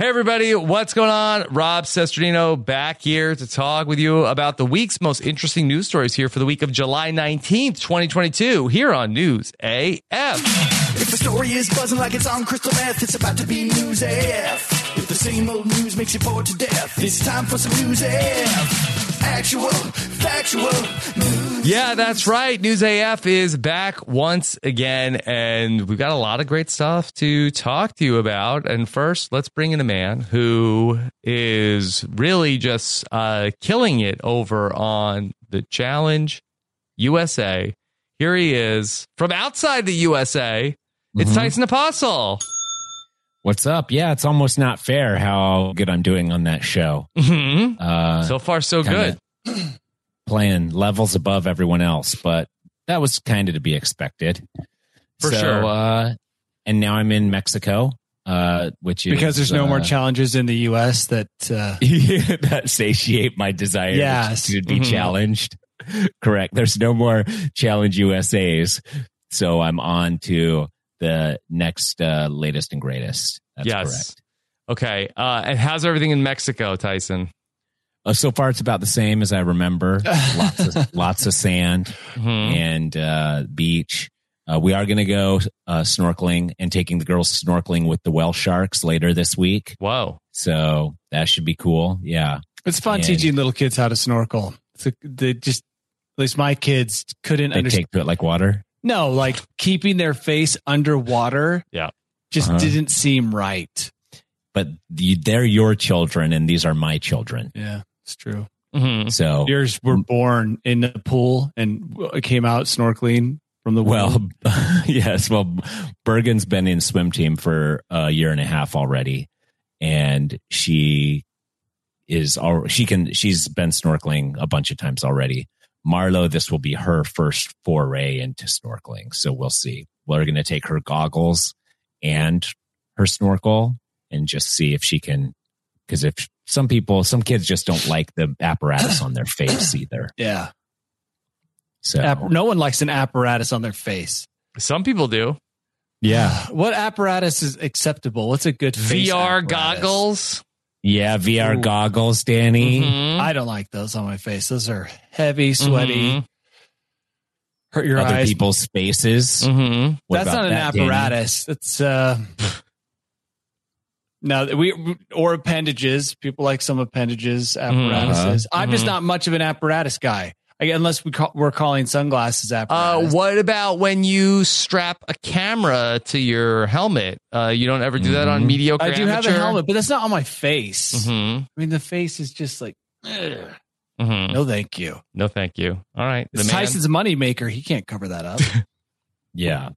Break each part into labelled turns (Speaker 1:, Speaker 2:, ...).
Speaker 1: Hey, everybody, what's going on? Rob Sesternino back here to talk with you about the week's most interesting news stories here for the week of July 19th, 2022, here on News AF.
Speaker 2: If the story is buzzing like it's on crystal meth, it's about to be news AF. If the same old news makes you bored to death, it's time for some news AF. Actual, factual news.
Speaker 1: Yeah, that's right. News AF is back once again, and we've got a lot of great stuff to talk to you about. And first, let's bring in a man who is really just uh, killing it over on the Challenge USA. Here he is from outside the USA. It's
Speaker 3: Mhm.
Speaker 1: Tyson Apostle.
Speaker 3: What's up? Yeah, it's almost not fair how good I'm doing on that show.
Speaker 1: hmm
Speaker 3: Uh,
Speaker 1: So far, so
Speaker 3: kinda
Speaker 1: good.
Speaker 3: Playing levels above everyone else, but that was kind of to be expected.
Speaker 1: For
Speaker 3: So,
Speaker 1: sure.
Speaker 3: Uh, and now I'm in Mexico, uh, which is
Speaker 4: because there's no more
Speaker 3: uh,
Speaker 4: challenges in the U.S. that uh,
Speaker 3: that satiate my desire to-
Speaker 4: Yes.
Speaker 3: to be
Speaker 1: Mhm.
Speaker 3: challenged. Correct. There's no more challenge USAs. So I'm on to the next uh, latest and greatest. That's
Speaker 1: yes.
Speaker 3: correct.
Speaker 1: Okay. Uh, and how's everything in Mexico, Tyson?
Speaker 3: Uh, so far, it's about the same as I remember. lots, of, lots of sand
Speaker 4: Hmm?
Speaker 1: Mhm.
Speaker 3: and uh, beach. Uh, we are going to go uh, snorkeling and taking the girls snorkeling with the whale sharks later this week.
Speaker 1: Whoa.
Speaker 3: So that should be cool. Yeah.
Speaker 4: it's fun
Speaker 3: And-
Speaker 4: teaching little kids how to snorkel. It's a- they just, at least my kids couldn't
Speaker 3: They
Speaker 4: understand.
Speaker 3: take to it like water.
Speaker 4: no, like keeping their face underwater.
Speaker 1: Yeah.
Speaker 4: just
Speaker 3: Uh-huh.
Speaker 4: didn't seem right.
Speaker 3: But you, they're your children and these are my children.
Speaker 4: Yeah, it's true. Hmm?
Speaker 1: Mhm.
Speaker 3: So,
Speaker 4: Yours were born in the pool and came out snorkeling from the
Speaker 3: well,
Speaker 4: well.
Speaker 3: yes. Well, Bergen's been in swim team for a year and a half already. And she is all she can she's been snorkeling a bunch of times already. Marlo, this will be her first foray into snorkeling. So we'll see. We're gonna take her goggles and her snorkel and just see if she can because if some people some kids just don't like the apparatus on their face either.
Speaker 4: Yeah,
Speaker 3: So
Speaker 4: App- no one likes an apparatus on their face.
Speaker 1: Some people do.
Speaker 3: yeah.
Speaker 4: What apparatus is acceptable? What's a good face
Speaker 1: VR
Speaker 4: apparatus?
Speaker 1: goggles.
Speaker 3: Yeah, VR
Speaker 4: Ooh. Mm-hmm.
Speaker 3: goggles, Danny.
Speaker 1: Mhm.
Speaker 4: I don't like those on my face. Those are heavy, sweaty,
Speaker 1: Mhm.
Speaker 4: hurt your
Speaker 3: other
Speaker 4: eyes. Mm.
Speaker 3: people's faces.
Speaker 1: Mhm.
Speaker 3: What
Speaker 4: That's
Speaker 3: about
Speaker 4: not an
Speaker 3: that, Danny?
Speaker 4: apparatus. It's uh no we or appendages. People like some appendages,
Speaker 1: Mm-hmm.
Speaker 4: apparatuses. I'm just
Speaker 1: Mhm.
Speaker 4: not much of an apparatus guy. I, unless we call, we're calling sunglasses
Speaker 1: Uh,
Speaker 4: apparatus.
Speaker 1: what about when you strap a camera to your helmet? Uh, you don't ever do that on
Speaker 3: Mhm.
Speaker 1: mediocre.
Speaker 4: Mm-hmm. I do have a
Speaker 1: amateur?
Speaker 4: helmet, but that's not on my face.
Speaker 1: Mhm.
Speaker 4: I mean, the face is just like, ugh,
Speaker 1: Mhm.
Speaker 4: no, thank you.
Speaker 1: No, thank you. All right. The
Speaker 4: It's
Speaker 1: man-
Speaker 4: Tyson's moneymaker. He can't cover that up.
Speaker 3: Yeah.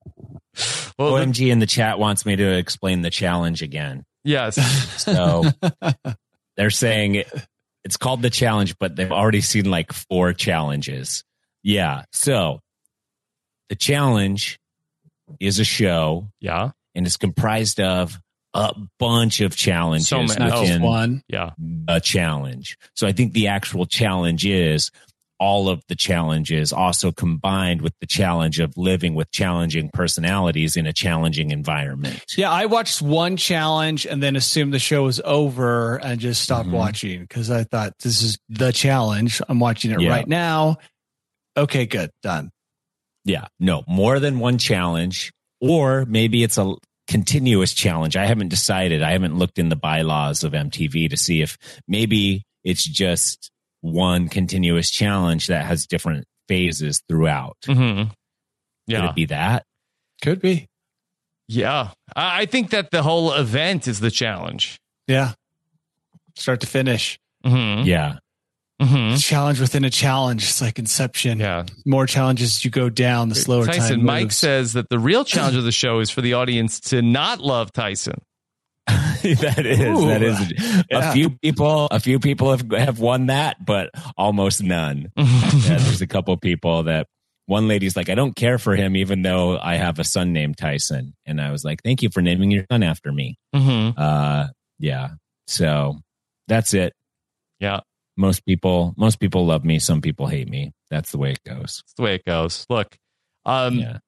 Speaker 1: Well, the-
Speaker 3: OMG in the chat wants me to explain the challenge again.
Speaker 1: yes.
Speaker 3: So they're saying it- it's called the challenge, but they've already seen like four challenges. Yeah. So the challenge is a show
Speaker 1: Yeah.
Speaker 3: and it's comprised of a bunch of challenges
Speaker 1: So many.
Speaker 4: not just
Speaker 3: within
Speaker 4: one.
Speaker 1: Yeah.
Speaker 3: a challenge. So I think the actual challenge is all of the challenges also combined with the challenge of living with challenging personalities in a challenging environment.
Speaker 4: Yeah, I watched one challenge and then assumed the show was over and just stopped
Speaker 3: Mhm.
Speaker 4: watching because I thought this is the challenge. I'm watching it
Speaker 3: Yeah.
Speaker 4: right now. Okay, good, done.
Speaker 3: Yeah. No, more than one challenge, or maybe it's a continuous challenge. I haven't decided. I haven't looked in the bylaws of MTV to see if maybe it's just one continuous challenge that has different phases throughout.
Speaker 1: Mhm.
Speaker 3: Could
Speaker 1: Yeah.
Speaker 3: it be that?
Speaker 4: Could be.
Speaker 1: Yeah. I-, I think that the whole event is the challenge.
Speaker 4: Yeah. Start to finish.
Speaker 1: Mhm.
Speaker 3: Yeah.
Speaker 1: Mhm.
Speaker 4: Challenge within a challenge. It's like inception.
Speaker 1: Yeah.
Speaker 4: More challenges you go down, the slower
Speaker 1: Tyson,
Speaker 4: time.
Speaker 1: Mike
Speaker 4: moves.
Speaker 1: says that the real challenge of the show is for the audience to not love Tyson.
Speaker 3: that is that is a, few people. A few people have have won that, but almost none.
Speaker 1: Mm-hmm.
Speaker 3: yeah, there's a couple people that one lady's like, I don't care for him, even though I have a son named Tyson, and I was like, thank you for naming your son after me.
Speaker 1: Mm-hmm.
Speaker 3: Uh, yeah. So that's it.
Speaker 1: Yeah.
Speaker 3: Most people, most people love me. Some people hate me. That's the way it goes.
Speaker 1: That's the way it goes. Look, um,
Speaker 3: yeah.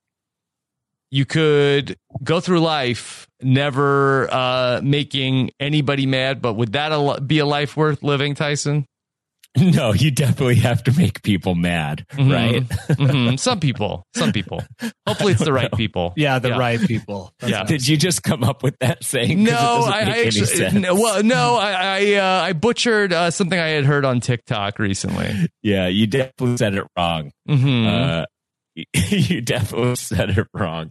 Speaker 1: you could go through life never uh, making anybody mad, but would that a li- be a life worth living, Tyson?
Speaker 3: No, you definitely have to make people mad,
Speaker 1: Mhm.
Speaker 3: right?
Speaker 1: Mhm. Some people, some people. Hopefully, it's the right people.
Speaker 4: Yeah, the right people. That's
Speaker 1: Yeah.
Speaker 3: Did you just come up with that saying? 'Cause
Speaker 1: No,
Speaker 3: it doesn't
Speaker 1: I,
Speaker 3: make
Speaker 1: I
Speaker 3: any
Speaker 1: actually
Speaker 3: sense.
Speaker 1: no, well, no, I I, uh, I butchered uh, something I had heard on TikTok recently.
Speaker 3: Yeah, you definitely said it wrong.
Speaker 1: hmm
Speaker 4: Mm-hmm.
Speaker 3: Uh, you definitely said it wrong.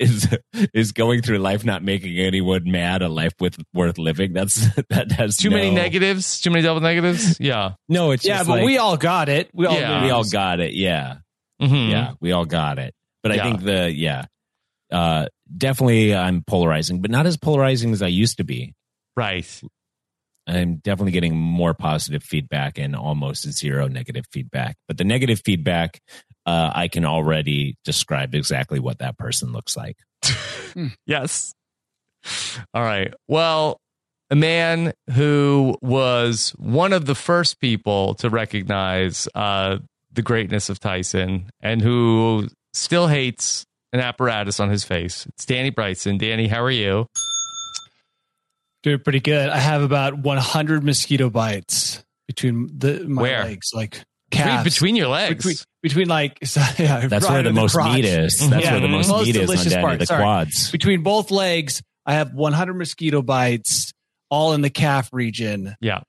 Speaker 3: Is is going through life not making anyone mad a life with worth living? That's that has
Speaker 1: too many
Speaker 3: no-
Speaker 1: negatives. Too many double negatives. Yeah.
Speaker 3: No, it's
Speaker 4: Yeah,
Speaker 3: just
Speaker 4: but
Speaker 3: like-
Speaker 4: we all got it. Mm-hmm. We all
Speaker 1: Yeah.
Speaker 4: knew
Speaker 3: we all
Speaker 4: this.
Speaker 3: got it. Yeah,
Speaker 1: Mhm.
Speaker 3: yeah, we all got it. But
Speaker 1: Yeah.
Speaker 3: I think the yeah, uh, definitely I'm polarizing, but not as polarizing as I used to be.
Speaker 1: Right.
Speaker 3: I'm definitely getting more positive feedback and almost zero negative feedback. But the negative feedback, uh, I can already describe exactly what that person looks like.
Speaker 1: Yes. All right. Well, a man who was one of the first people to recognize uh, the greatness of Tyson and who still hates an apparatus on his face. It's Danny Bryson. Danny, how are you?
Speaker 4: Doing pretty good. I have about 100 mosquito bites between the my
Speaker 1: Where?
Speaker 4: legs, like
Speaker 1: Between,
Speaker 4: calves.
Speaker 1: between your legs.
Speaker 4: between, between like yeah,
Speaker 3: That's
Speaker 4: right
Speaker 3: where
Speaker 4: in
Speaker 3: the most
Speaker 4: crotch.
Speaker 3: meat is. That's
Speaker 4: Yeah.
Speaker 3: where the most
Speaker 4: Most
Speaker 3: meat is on
Speaker 4: delicious
Speaker 3: down
Speaker 4: part.
Speaker 3: to the
Speaker 4: Sorry.
Speaker 3: quads.
Speaker 4: Between both legs, I have 100 mosquito bites, all in the calf region.
Speaker 1: Yeah.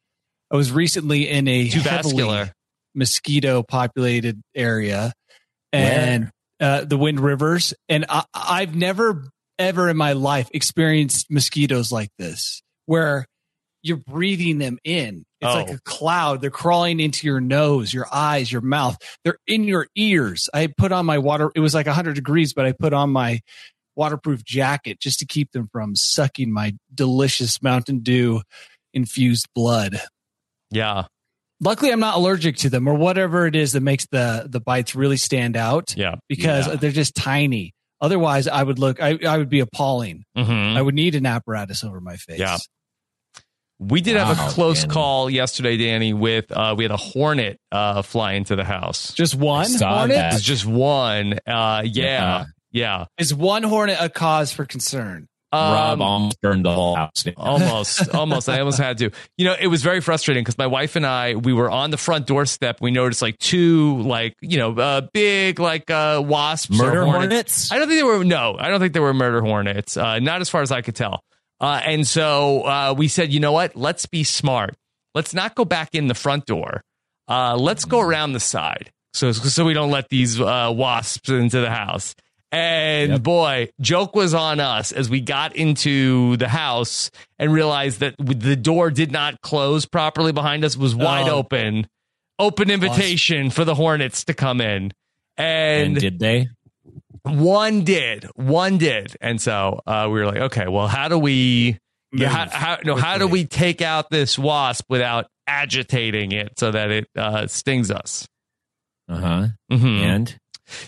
Speaker 4: I was recently in a
Speaker 1: Too
Speaker 4: heavily
Speaker 1: vascular.
Speaker 4: mosquito populated area, and uh, the Wind Rivers, and I, I've never ever in my life experienced mosquitoes like this, where you're breathing them in. It's
Speaker 1: Oh.
Speaker 4: like a cloud. They're crawling into your nose, your eyes, your mouth. They're in your ears. I put on my water. It was like 100 degrees, but I put on my waterproof jacket just to keep them from sucking my delicious Mountain Dew infused blood.
Speaker 1: Yeah.
Speaker 4: Luckily, I'm not allergic to them or whatever it is that makes the the bites really stand out
Speaker 1: Yeah.
Speaker 4: because
Speaker 3: Yeah.
Speaker 4: they're just tiny. Otherwise, I would look. I, I would be appalling.
Speaker 1: hmm
Speaker 4: I would need an apparatus over my face.
Speaker 1: Yeah. We did have
Speaker 3: Wow,
Speaker 1: a close
Speaker 3: Danny.
Speaker 1: call yesterday, Danny, with uh, we had a hornet uh, fly into the house.
Speaker 4: Just one
Speaker 3: saw
Speaker 4: hornet
Speaker 3: that.
Speaker 1: It's just one. Uh, yeah.
Speaker 3: Yeah.
Speaker 1: Yeah.
Speaker 4: is one hornet a cause for concern?
Speaker 3: Rob
Speaker 1: Um,
Speaker 3: almost burned the whole house. down.
Speaker 4: oh,
Speaker 1: almost almost i almost had to you know it was very frustrating because my wife and i we were on the front doorstep we noticed like two like you know uh, big like uh wasps or
Speaker 3: Murder
Speaker 1: hornets.
Speaker 3: hornets?
Speaker 1: i don't think they were no i don't think they were murder hornets uh not as far as i could tell uh and so uh we said you know what let's be smart let's not go back in the front door uh let's go around the side so so we don't let these uh wasps into the house and
Speaker 3: Yep.
Speaker 1: boy, joke was on us as we got into the house and realized that the door did not close properly behind us. It was wide
Speaker 4: Oh.
Speaker 1: open, open invitation for the Hornets to come in.
Speaker 3: And
Speaker 1: And,
Speaker 3: did they?
Speaker 1: one did, one did. And so uh, we were like, okay, well, how do we, yeah, how, how, no, how do we take out this wasp without agitating it so that it uh, stings us?
Speaker 3: Uh huh.
Speaker 4: Mm.
Speaker 1: Mhm
Speaker 3: And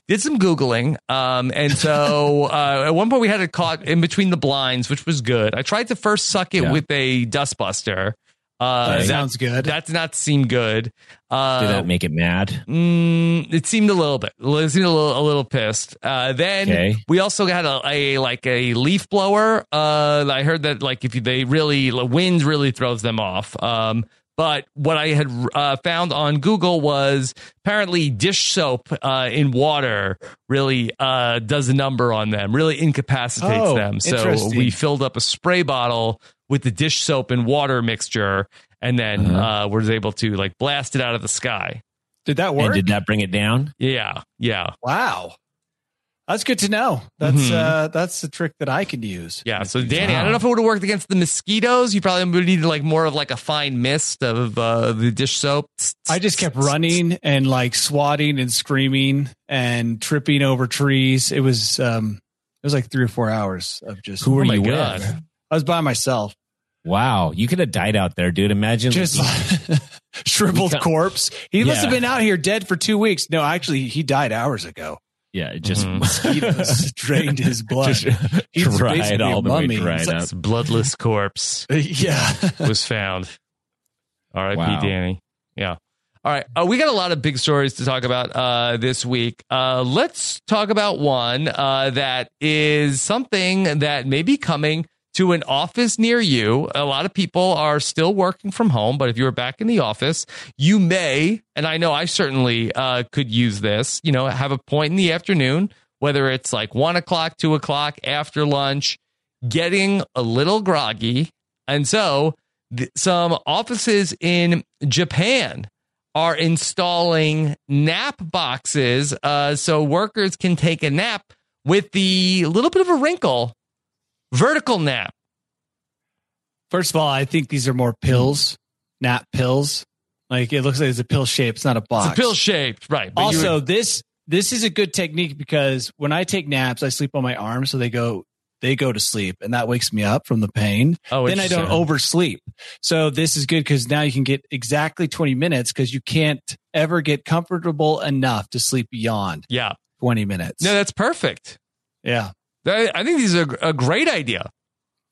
Speaker 1: did some googling um, and so uh, at one point we had it caught in between the blinds which was good i tried to first suck it
Speaker 3: Yeah.
Speaker 1: with a dustbuster uh,
Speaker 3: Right.
Speaker 1: that,
Speaker 4: Sounds good.
Speaker 1: that did not seem good uh,
Speaker 3: did that make it mad?
Speaker 1: Mm, it seemed a little bit. It seemed a little, a little pissed. Uh, then
Speaker 3: Okay.
Speaker 1: we also had a, a like a leaf blower. Uh, I heard that like if you, they really the wind really throws them off. Um, but what I had uh, found on Google was apparently dish soap uh, in water really uh, does a number on them, really incapacitates
Speaker 4: Oh,
Speaker 1: them. So
Speaker 4: interesting.
Speaker 1: we filled up a spray bottle with the dish soap and water mixture, and then uh
Speaker 3: Uh-huh.
Speaker 1: was able to like blast it out of the sky.
Speaker 4: Did that work?
Speaker 3: And did that bring it down?
Speaker 1: Yeah, yeah,
Speaker 4: wow, that's good to know. That's
Speaker 1: Mhm.
Speaker 4: uh, that's the trick that I could use.
Speaker 1: yeah. So Danny, I don't
Speaker 3: Wow.
Speaker 1: know if it would have worked against the mosquitoes. You probably would need like more of like a fine mist of uh, the dish soap.
Speaker 4: I just kept running and like swatting and screaming and tripping over trees. It was um, it was like three or four hours of just.
Speaker 3: Who were
Speaker 1: Oh my
Speaker 3: you
Speaker 1: God.
Speaker 3: with?
Speaker 4: I was by myself.
Speaker 3: Wow, you could have died out there, dude. Imagine
Speaker 4: Just shriveled corpse. He must have
Speaker 3: Yeah.
Speaker 4: been out here dead for two weeks. No, actually, he died hours ago.
Speaker 3: yeah, just
Speaker 4: Mm-hmm. Mosquitoes drained his blood. He's
Speaker 3: dried
Speaker 4: basically a
Speaker 3: all the way
Speaker 4: mummy.
Speaker 3: dried
Speaker 4: It's like-
Speaker 3: up.
Speaker 1: This bloodless corpse
Speaker 4: yeah.
Speaker 1: was found. R.I.P.
Speaker 3: Wow.
Speaker 1: Danny. Yeah. All right. Uh, we got a lot of big stories to talk about uh, this week. Uh, let's talk about one uh, that is something that may be coming to an office near you. A lot of people are still working from home, but if you're back in the office, you may, and I know I certainly uh, could use this, you know, have a point in the afternoon, whether it's like one o'clock, two o'clock, after lunch, getting a little groggy. And so th- some offices in Japan are installing nap boxes uh, so workers can take a nap with the little bit of a wrinkle vertical nap.
Speaker 4: First of all, I think these are more pills, not pills. Like it looks like it's a pill shape. It's not a box.
Speaker 1: It's a pill shaped, right? but you
Speaker 4: also,
Speaker 1: would-
Speaker 4: this this is a good technique because when I take naps, I sleep on my arm, so they go they go to sleep, and that wakes me up from the pain.
Speaker 1: oh,
Speaker 4: then I don't
Speaker 1: interesting.
Speaker 4: oversleep. So this is good because now you can get exactly twenty minutes because you can't ever get comfortable enough to sleep beyond
Speaker 1: Yeah,
Speaker 4: twenty minutes.
Speaker 1: no, that's perfect.
Speaker 4: yeah,
Speaker 1: I I think these are a great idea.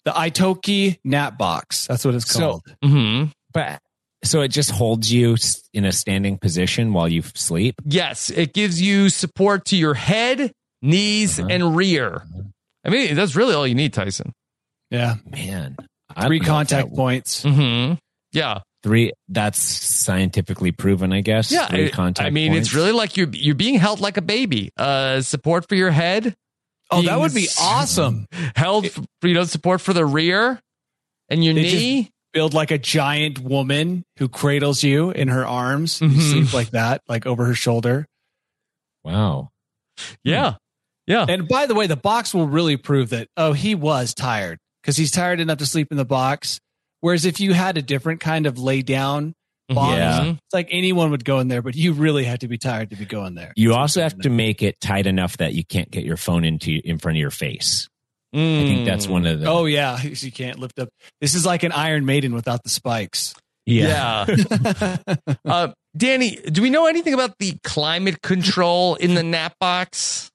Speaker 4: the Itoki nap box. That's what it's
Speaker 3: So-
Speaker 4: called.
Speaker 1: hmm
Speaker 3: but so it just holds you s- in a standing position while you sleep.
Speaker 1: Yes, it gives you support to your head, knees,
Speaker 4: Mm-hmm.
Speaker 3: Uh-huh.
Speaker 1: and rear. I mean, that's really all you need, Tyson.
Speaker 4: yeah,
Speaker 3: Man, I
Speaker 4: three
Speaker 3: don't know if that-
Speaker 4: contact points.
Speaker 1: hmm Yeah.
Speaker 3: Three. That's scientifically proven, I guess.
Speaker 1: Yeah, I-
Speaker 3: Three contact.
Speaker 1: I mean,
Speaker 3: points.
Speaker 1: it's really like you're you're being held like a baby. Uh, support for your head,
Speaker 4: Oh, that would be
Speaker 1: Things-
Speaker 4: awesome.
Speaker 1: held, f you know, support for the rear and your
Speaker 4: They just- Hmm.
Speaker 1: knee.
Speaker 4: build like a giant woman who cradles you in her arms.
Speaker 3: Mm-hmm.
Speaker 4: You
Speaker 1: Mhm.
Speaker 4: sleep like that, like over her shoulder.
Speaker 3: wow.
Speaker 1: yeah, yeah,
Speaker 4: And by the way, the box will really prove that, oh, he was tired because he's tired enough to sleep in the box. Whereas if you had a different kind of lay down, box,
Speaker 3: Yeah.
Speaker 4: it's like anyone would go in there, but you really had to be tired to be going there.
Speaker 3: You also have to make it tight enough that you can't get your phone into in front of your face. I think that's
Speaker 1: Hmm.
Speaker 3: one of the.
Speaker 4: Oh, yeah. You can't lift up. This is like an Iron Maiden without the spikes.
Speaker 1: yeah. uh, Danny, do we know anything about the climate control in the nap box?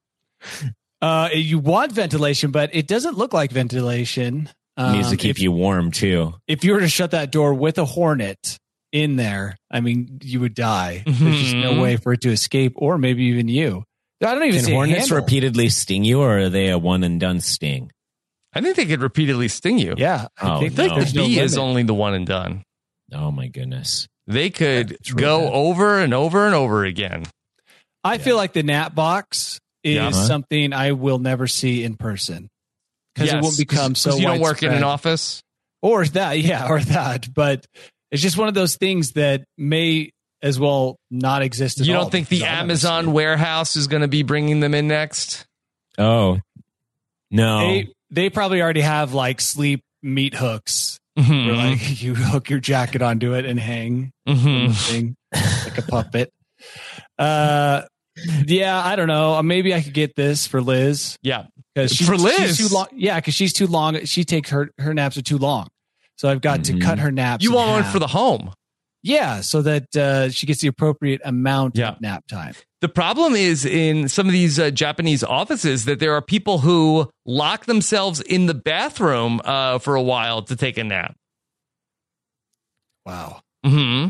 Speaker 4: Uh, you want ventilation, but it doesn't look like ventilation.
Speaker 3: It needs to
Speaker 4: Um,
Speaker 3: keep you warm too.
Speaker 4: if you were to shut that door with a hornet in there, I mean, you would die. There's just no
Speaker 1: Mhm.
Speaker 4: way for it to escape, or maybe even you. I don't even
Speaker 3: Can
Speaker 4: see a
Speaker 3: hornets
Speaker 4: handle.
Speaker 3: repeatedly sting you, or are they a one and done sting?
Speaker 1: I think they could repeatedly sting you.
Speaker 4: Yeah, I
Speaker 3: Oh,
Speaker 4: think
Speaker 3: no.
Speaker 4: there's
Speaker 1: the
Speaker 4: no
Speaker 1: bee
Speaker 4: limit.
Speaker 1: is only the one and done.
Speaker 3: Oh my goodness!
Speaker 1: They could
Speaker 3: it's really
Speaker 1: go
Speaker 3: bad.
Speaker 1: over and over and over again.
Speaker 4: I feel like the nap box is
Speaker 1: Yeah.
Speaker 3: Uh-huh.
Speaker 4: something I will never see in person because it
Speaker 1: Yes,
Speaker 4: won't become
Speaker 1: 'cause
Speaker 4: so.
Speaker 1: You don't work in an
Speaker 4: widespread.
Speaker 1: office.
Speaker 4: or that, yeah, or that. But it's just one of those things that may as well not exist. At
Speaker 1: You
Speaker 4: all,
Speaker 1: don't think the
Speaker 4: because I'll never see
Speaker 1: Amazon
Speaker 4: it.
Speaker 1: warehouse is going to be bringing them in next?
Speaker 3: Oh no!
Speaker 4: They they probably already have like sleep meat hooks
Speaker 1: Mhm.
Speaker 4: where like you hook your jacket onto it and hang from
Speaker 1: Mhm.
Speaker 4: the thing like a puppet. Uh, yeah, I don't know. Uh, Maybe I could get this for Liz
Speaker 1: Yeah.
Speaker 4: because
Speaker 1: For Liz?
Speaker 4: she's too long. Yeah, because she's too long. She takes her her naps are too long, so I've got
Speaker 3: Mhm.
Speaker 4: to cut her naps.
Speaker 1: Mm-hmm. You
Speaker 4: in
Speaker 1: want one
Speaker 4: half.
Speaker 1: for the home.
Speaker 4: yeah, so that uh, she gets the appropriate amount
Speaker 1: Yeah.
Speaker 4: of nap time.
Speaker 1: The problem is in some of these uh, Japanese offices that there are people who lock themselves in the bathroom uh, for a while to take a nap.
Speaker 4: Wow.
Speaker 1: hmm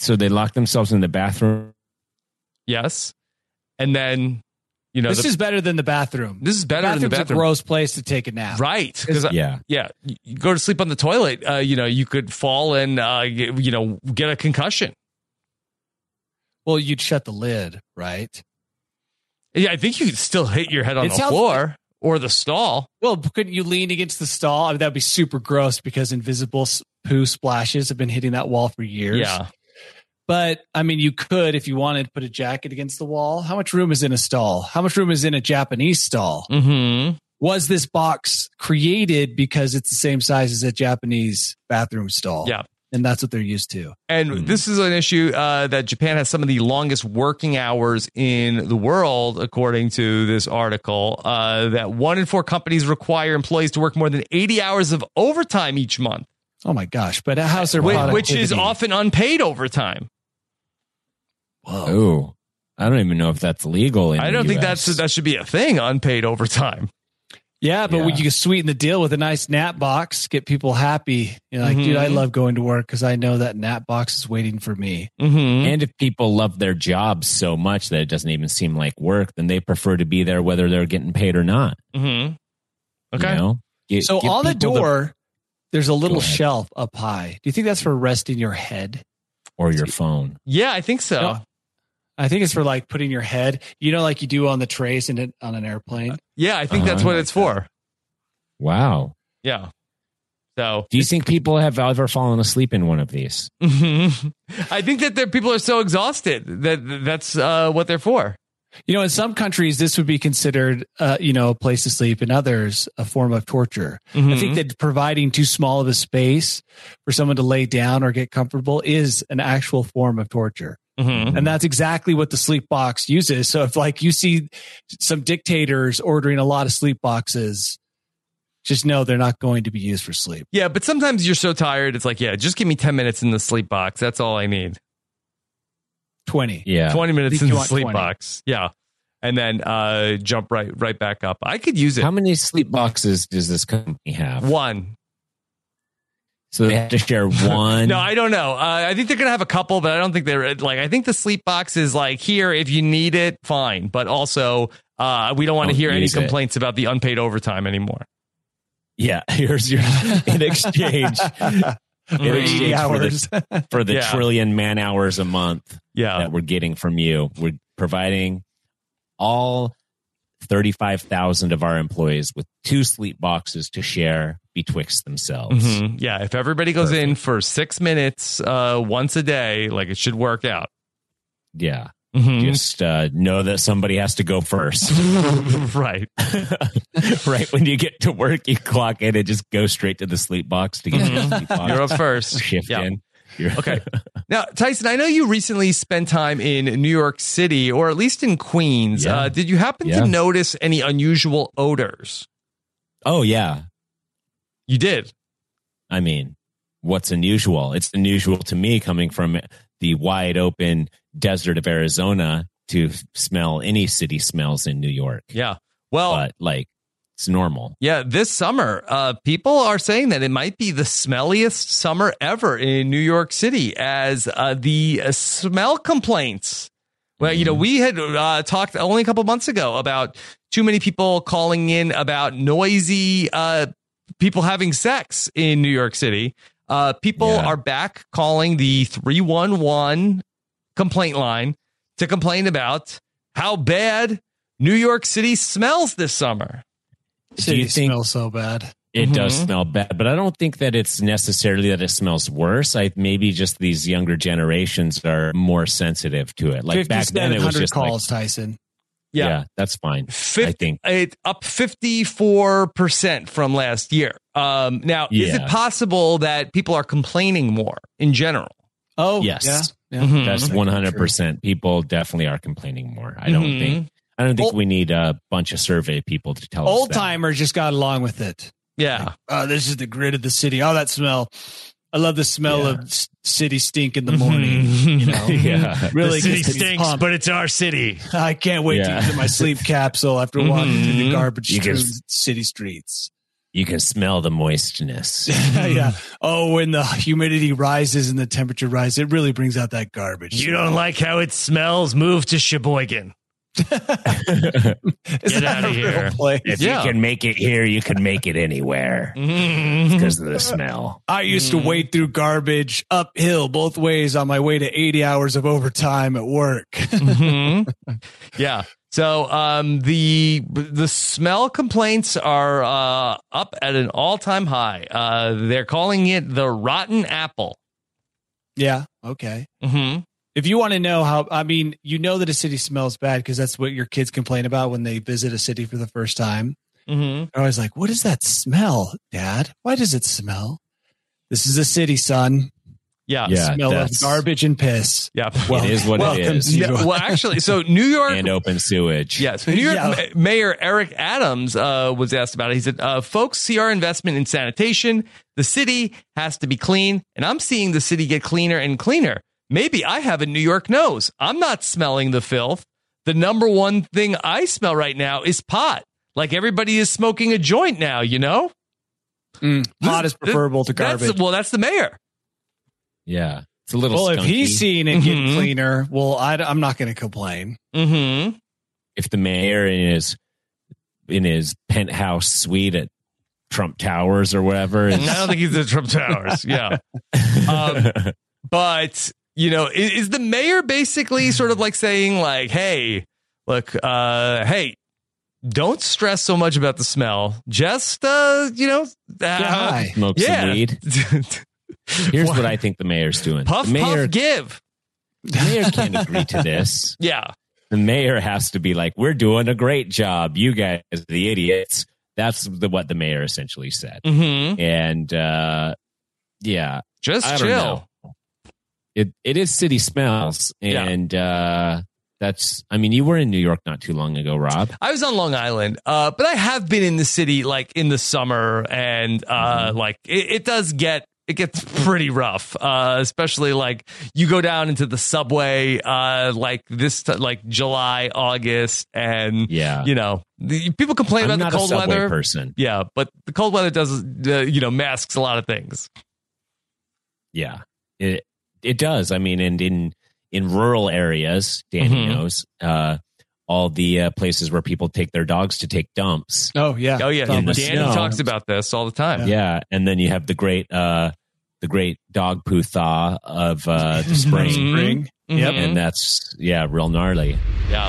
Speaker 3: so they lock themselves in the bathroom.
Speaker 1: Yes. And then, you know,
Speaker 4: this
Speaker 1: the-
Speaker 4: is better than the bathroom.
Speaker 1: this is better than
Speaker 4: Bathroom's
Speaker 1: the
Speaker 4: a
Speaker 1: bathroom.
Speaker 4: gross place to take a nap.
Speaker 1: Right. Because
Speaker 3: Yeah,
Speaker 1: yeah, you- you go to sleep on the toilet, uh, you know, you could fall and, uh, y- you know, get a concussion.
Speaker 4: Well, you'd shut the lid, right?
Speaker 1: Yeah, I think you could still hit your head on
Speaker 4: It
Speaker 1: the
Speaker 4: sounds-
Speaker 1: floor or the stall.
Speaker 4: Well, couldn't you lean against the stall? I mean, that'd be super gross because invisible s- poo splashes have been hitting that wall for years.
Speaker 1: Yeah.
Speaker 4: But I mean, you could, if you wanted, put a jacket against the wall. How much room is in a stall? How much room is in a Japanese stall?
Speaker 1: hmm
Speaker 4: Was this box created because it's the same size as a Japanese bathroom stall?
Speaker 1: Yeah.
Speaker 4: and that's what they're used to.
Speaker 1: And this is an issue uh, that Japan has some of the longest working hours in the world, according to this article. Uh, that one in four companies require employees to work more than 80 hours of overtime each month,
Speaker 4: Oh my gosh! But how's their
Speaker 1: whi- which is
Speaker 4: productivity?
Speaker 1: often unpaid overtime.
Speaker 3: Oh, I don't even know if that's legal. In
Speaker 1: I
Speaker 3: the
Speaker 1: don't think
Speaker 3: US.
Speaker 1: that's that should be a thing, unpaid overtime.
Speaker 4: Yeah, but when
Speaker 3: Yeah.
Speaker 4: you can sweeten the deal with a nice nap box, get people happy. You're like, dude, I
Speaker 1: Mhm.
Speaker 4: love going to work because I know that nap box is waiting for me.
Speaker 1: Mm-hmm.
Speaker 3: And if people love their jobs so much that it doesn't even seem like work, then they prefer to be there whether they're getting paid or not.
Speaker 1: Mm-hmm. Okay.
Speaker 3: You know? Gi-
Speaker 4: So
Speaker 3: give
Speaker 4: on the
Speaker 3: people
Speaker 4: door, there's a little
Speaker 3: Go ahead.
Speaker 4: shelf up high. Do you think that's for resting your head?
Speaker 3: or your phone.
Speaker 1: Yeah, I think so.
Speaker 4: No. I think it's for like putting your head, you know, like you do on the trays and it- on an airplane.
Speaker 1: Yeah, Uh, I think that's
Speaker 3: Uh-huh.
Speaker 1: what it's for.
Speaker 3: Wow.
Speaker 1: Yeah. So
Speaker 3: Do you think people have ever fallen asleep in one of these?
Speaker 1: mhm. I think that there, people are so exhausted that that's uh, what they're for.
Speaker 4: You know, in some countries, this would be considered, uh, you know, a place to sleep. In others, a form of torture. I
Speaker 3: Mm-hmm.
Speaker 4: think that providing too small of a space for someone to lay down or get comfortable is an actual form of torture.
Speaker 3: Mm-hmm.
Speaker 1: Mhm.
Speaker 4: And that's exactly what the sleep box uses. So if like you see some dictators ordering a lot of sleep boxes, just know they're not going to be used for sleep.
Speaker 1: Yeah, but sometimes you're so tired. It's like, yeah, just give me 10 minutes in the sleep box. That's all I need.
Speaker 4: 20.
Speaker 3: Yeah.
Speaker 1: 20 minutes
Speaker 4: think
Speaker 1: in
Speaker 4: you
Speaker 1: the
Speaker 4: want
Speaker 1: sleep
Speaker 4: 20.
Speaker 1: box. Yeah. And then uh, jump right right back up. I could use it.
Speaker 3: How many sleep boxes does this company have?
Speaker 1: One.
Speaker 3: So they have to share one.
Speaker 1: No, I don't know. Uh, I think they're going to have a couple, but I don't think they're like, I think the sleep box is like here if you need it, fine. But also, uh, we don't want to
Speaker 3: Don't
Speaker 1: hear any
Speaker 3: use it.
Speaker 1: complaints about the unpaid overtime anymore.
Speaker 3: yeah. Here's your in exchange
Speaker 4: Or 80
Speaker 3: Yeah, for the-
Speaker 4: hours.
Speaker 3: for the
Speaker 1: Yeah.
Speaker 3: trillion man hours a month
Speaker 1: Yeah.
Speaker 3: that uh, we're getting from you. We're providing all 35,000 of our employees with two sleep boxes to share betwixt themselves.
Speaker 1: Mhm. Yeah. If everybody goes in for six minutes uh, once a day, like it should work out.
Speaker 3: Yeah.
Speaker 1: Mhm.
Speaker 3: Just uh, know that somebody has to go first.
Speaker 1: right.
Speaker 3: right when you get to work, you clock in and just go straight to the sleep box to get your
Speaker 1: Mhm.
Speaker 3: sleep box
Speaker 1: You're up first.
Speaker 3: shift
Speaker 1: Yeah.
Speaker 3: in. You're-
Speaker 1: Okay. Now, Tyson, I know you recently spent time in New York City, or at least in Queens.
Speaker 3: Yeah.
Speaker 1: Uh, did you happen
Speaker 3: Yeah.
Speaker 1: to notice any unusual odors?
Speaker 3: Oh yeah.
Speaker 1: You did.
Speaker 3: I mean, what's unusual? It's unusual to me coming from the wide open desert of Arizona to smell any city smells in New York.
Speaker 1: Yeah. Well,
Speaker 3: But like it's normal.
Speaker 1: yeah, this summer, uh, people are saying that it might be the smelliest summer ever in New York City as uh, the uh, smell complaints. Well, you know, we had uh, talked only a couple months ago about too many people calling in about noisy uh, people having sex in New York City. Uh, people
Speaker 3: Yeah.
Speaker 1: are back calling the 311 complaint line to complain about how bad New York City smells this summer.
Speaker 4: Do
Speaker 3: you think-
Speaker 4: smells so bad?
Speaker 3: It does
Speaker 1: Mhm.
Speaker 3: smell bad, but I don't think that it's necessarily that it smells worse. I maybe just these younger generations are more sensitive to it. Like
Speaker 4: 50
Speaker 3: back then, it was
Speaker 4: 700
Speaker 3: just like,
Speaker 4: calls, Tyson.
Speaker 1: Yeah.
Speaker 3: yeah. that's fine. I
Speaker 1: 50,
Speaker 3: think
Speaker 1: it up 54% from last year. Um, now, is it
Speaker 3: Yeah.
Speaker 1: possible that people are complaining more in general?
Speaker 4: Oh,
Speaker 3: Yes. Mm-hmm.
Speaker 4: yeah. yeah.
Speaker 1: Mhm.
Speaker 3: that's
Speaker 4: That's
Speaker 3: one hundred percent. People definitely are complaining more. I don't
Speaker 1: Mhm.
Speaker 3: think. I don't think
Speaker 1: Old-
Speaker 3: we need a bunch of survey people to tell us.
Speaker 4: Old
Speaker 3: that.
Speaker 4: timers just got along with it.
Speaker 1: Yeah.
Speaker 4: Oh, this is the grit of the city. Oh, that smell. I love the smell
Speaker 3: Yeah.
Speaker 4: of s- city stink in the morning. You know,
Speaker 3: Yeah.
Speaker 4: really
Speaker 1: The
Speaker 4: gets me pumped.
Speaker 1: it's our city.
Speaker 4: I can't wait
Speaker 3: Yeah.
Speaker 4: to get to my sleep capsule after walking through
Speaker 1: Mhm.
Speaker 4: the garbage
Speaker 3: You
Speaker 4: strewn
Speaker 3: can-
Speaker 4: city streets.
Speaker 3: You can smell the moistness.
Speaker 4: yeah. Oh, when the humidity rises and the temperature rises, it really brings out that garbage.
Speaker 1: don't like how it smells? Move to Sheboygan.
Speaker 4: It's
Speaker 1: get
Speaker 4: not
Speaker 1: outta
Speaker 4: a real
Speaker 1: here.
Speaker 4: place.
Speaker 3: if
Speaker 1: Yeah.
Speaker 3: you can make it here, you can make it anywhere
Speaker 1: Mm-hmm.
Speaker 3: because of the smell.
Speaker 4: I used to
Speaker 1: mm.
Speaker 4: wade through garbage uphill both ways on my way to 80 hours of overtime at work.
Speaker 1: Mhm. Yeah. So um, the the smell complaints are uh, up at an all time high. Uh, they're calling it the rotten apple.
Speaker 4: yeah. Okay.
Speaker 1: Mm-hmm.
Speaker 4: If you want to know how, I mean, you know that a city smells bad because that's what your kids complain about when they visit a city for the first time.
Speaker 1: Mm-hmm.
Speaker 4: They're always like, what is that smell, dad? Why does it smell? This is a city, son.
Speaker 1: Yeah.
Speaker 3: Yeah.
Speaker 4: smell of
Speaker 3: that's-
Speaker 4: garbage and piss.
Speaker 1: Yeah.
Speaker 4: Well,
Speaker 3: it is what
Speaker 4: well,
Speaker 3: it is.
Speaker 4: you.
Speaker 1: No, well, actually, so New York
Speaker 3: and open sewage.
Speaker 1: Yes. New York
Speaker 4: Yeah.
Speaker 1: Ma- Mayor Eric Adams uh, was asked about it. He said, uh, folks see our investment in sanitation. The city has to be clean. And I'm seeing the city get cleaner and cleaner. Maybe I have a New York nose. I'm not smelling the filth. The number one thing I smell right now is pot. Like everybody is smoking a joint now, you know?
Speaker 4: Pot
Speaker 1: Mm. This-
Speaker 4: is Mm. preferable to
Speaker 1: that's-
Speaker 4: garbage.
Speaker 1: well, that's the mayor.
Speaker 3: Yeah. It's a little
Speaker 4: Well, if
Speaker 3: skunky.
Speaker 4: he's seeing it get
Speaker 1: Mhm.
Speaker 4: cleaner, well, I, am not going to complain.
Speaker 1: Mm-hmm.
Speaker 3: if the mayor in his in his penthouse suite at Trump Towers or whatever
Speaker 1: I
Speaker 3: is
Speaker 1: don't think he's the Trump Towers. Yeah. Um, but, you know, i- is, the mayor basically sort of like saying, like, hey, look, uh, hey, don't stress so much about the smell. Just, uh, you know, uh,
Speaker 4: Hi.
Speaker 3: smoke some weed. Here's what I think the mayor's doing.
Speaker 1: puff,
Speaker 3: the mayor,
Speaker 1: puff, give.
Speaker 3: the mayor can't agree to this.
Speaker 1: Yeah.
Speaker 3: The mayor has to be like, "We're doing a great job. You guys are the idiots." That's the, what the mayor essentially said.
Speaker 1: Mm-hmm.
Speaker 3: And uh, yeah,
Speaker 1: Just
Speaker 3: I don't
Speaker 1: chill.
Speaker 3: know. It it is city smells,
Speaker 1: Yeah.
Speaker 3: and uh, that's. I mean, you were in New York not too long ago, Rob.
Speaker 1: I was on Long Island, uh, but I have been in the city like in the summer, and uh,
Speaker 3: Mm-hmm.
Speaker 1: like it, it does get it gets pretty rough, uh, especially like you go down into the subway uh, like this t- like July, August, and
Speaker 3: Yeah,
Speaker 1: you know the, people complain
Speaker 3: I'm
Speaker 1: about
Speaker 3: not
Speaker 1: the
Speaker 3: a
Speaker 1: cold
Speaker 3: subway
Speaker 1: weather.
Speaker 3: person.
Speaker 1: Yeah, but the cold weather does uh, you know masks a lot of things.
Speaker 3: Yeah, it it does. I mean, and in in rural areas, Danny
Speaker 1: Mhm.
Speaker 3: knows uh, all the uh, places where people take their dogs to take dumps.
Speaker 4: Oh yeah.
Speaker 1: Oh yeah,
Speaker 4: Dump
Speaker 1: Danny
Speaker 3: the snow.
Speaker 1: talks about this all the time.
Speaker 3: Yeah. and then you have the great uh, the great dog poo thaw of uh, the spring,
Speaker 1: Mhm.
Speaker 4: Spring. Yep.
Speaker 1: Mhm.
Speaker 3: and that's yeah, real gnarly.
Speaker 1: yeah.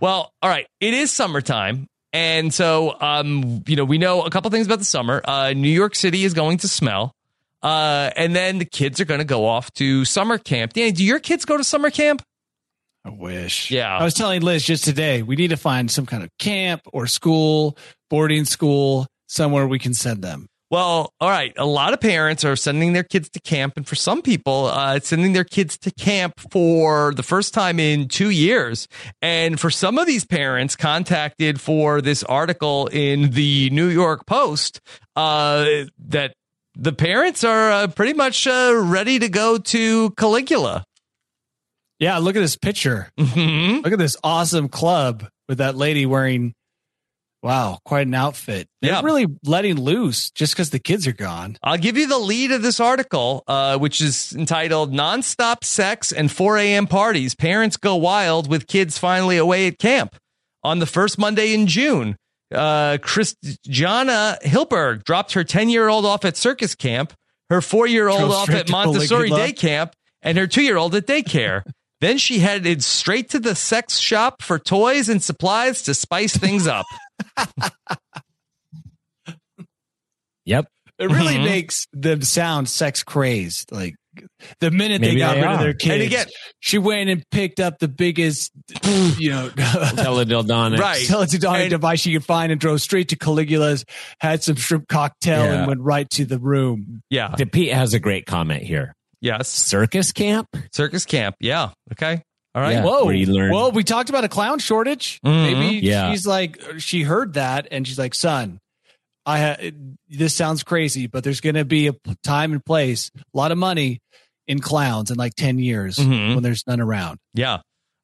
Speaker 1: Well, all right. It is summertime. And so, um, you know, we know a couple things about the summer. Uh, New York City is going to smell. Uh, and then the kids are going to go off to summer camp. Danny, do your kids go to summer camp?
Speaker 4: I wish.
Speaker 1: Yeah.
Speaker 4: I was telling Liz just today, we need to find some kind of camp or school, boarding school, somewhere we can send them.
Speaker 1: Well, all right. A lot of parents are sending their kids to camp. And for some people, uh, it's sending their kids to camp for the first time in two years. And for some of these parents contacted for this article in the New York Post uh, that the parents are uh, pretty much uh, ready to go to Caligula.
Speaker 4: Yeah. Look at this picture.
Speaker 1: hmm
Speaker 4: Look at this awesome club with that lady wearing. Wow, quite an outfit. They're
Speaker 1: Yeah.
Speaker 4: really letting loose just because the kids are gone.
Speaker 1: I'll give you the lead of this article, uh, which is entitled Nonstop Sex and 4 a.m. Parties. Parents Go Wild with Kids Finally Away at Camp. On the first Monday in June, uh, Christiana Hilberg dropped her 10 year old off at circus camp, her four year old
Speaker 4: Drove
Speaker 1: off
Speaker 4: straight
Speaker 1: at
Speaker 4: to
Speaker 1: Montessori
Speaker 4: Caligula.
Speaker 1: Day Camp, and her two year old at daycare. then she headed straight to the sex shop for toys and supplies to spice things up.
Speaker 3: Yep.
Speaker 4: It really
Speaker 1: Mhm.
Speaker 4: makes them sound sex crazed. Like the minute
Speaker 3: Maybe
Speaker 4: they got
Speaker 3: they
Speaker 4: rid of
Speaker 3: are.
Speaker 4: their kids,
Speaker 1: And again-
Speaker 4: she went and picked up the biggest, you know,
Speaker 3: Teledildonics.
Speaker 1: Right.
Speaker 4: teledildonic
Speaker 1: And-
Speaker 4: device she could find and drove straight to Caligula's, had some shrimp cocktail,
Speaker 3: Yeah.
Speaker 4: and went right to the room.
Speaker 1: Yeah.
Speaker 3: The Pete has a great comment here.
Speaker 1: Yes.
Speaker 3: Circus camp?
Speaker 1: Circus camp. Yeah. Okay. All right.
Speaker 3: Yeah, where you learn-
Speaker 4: Well, we talked about a clown shortage.
Speaker 1: Mhm.
Speaker 4: Maybe
Speaker 3: Yeah.
Speaker 4: she's like, she heard that and she's like, son. I ha- this sounds crazy, but there's going to be a p- time and place, a lot of money in clowns in like 10 years
Speaker 1: Mhm.
Speaker 4: when there's none around.
Speaker 1: Yeah.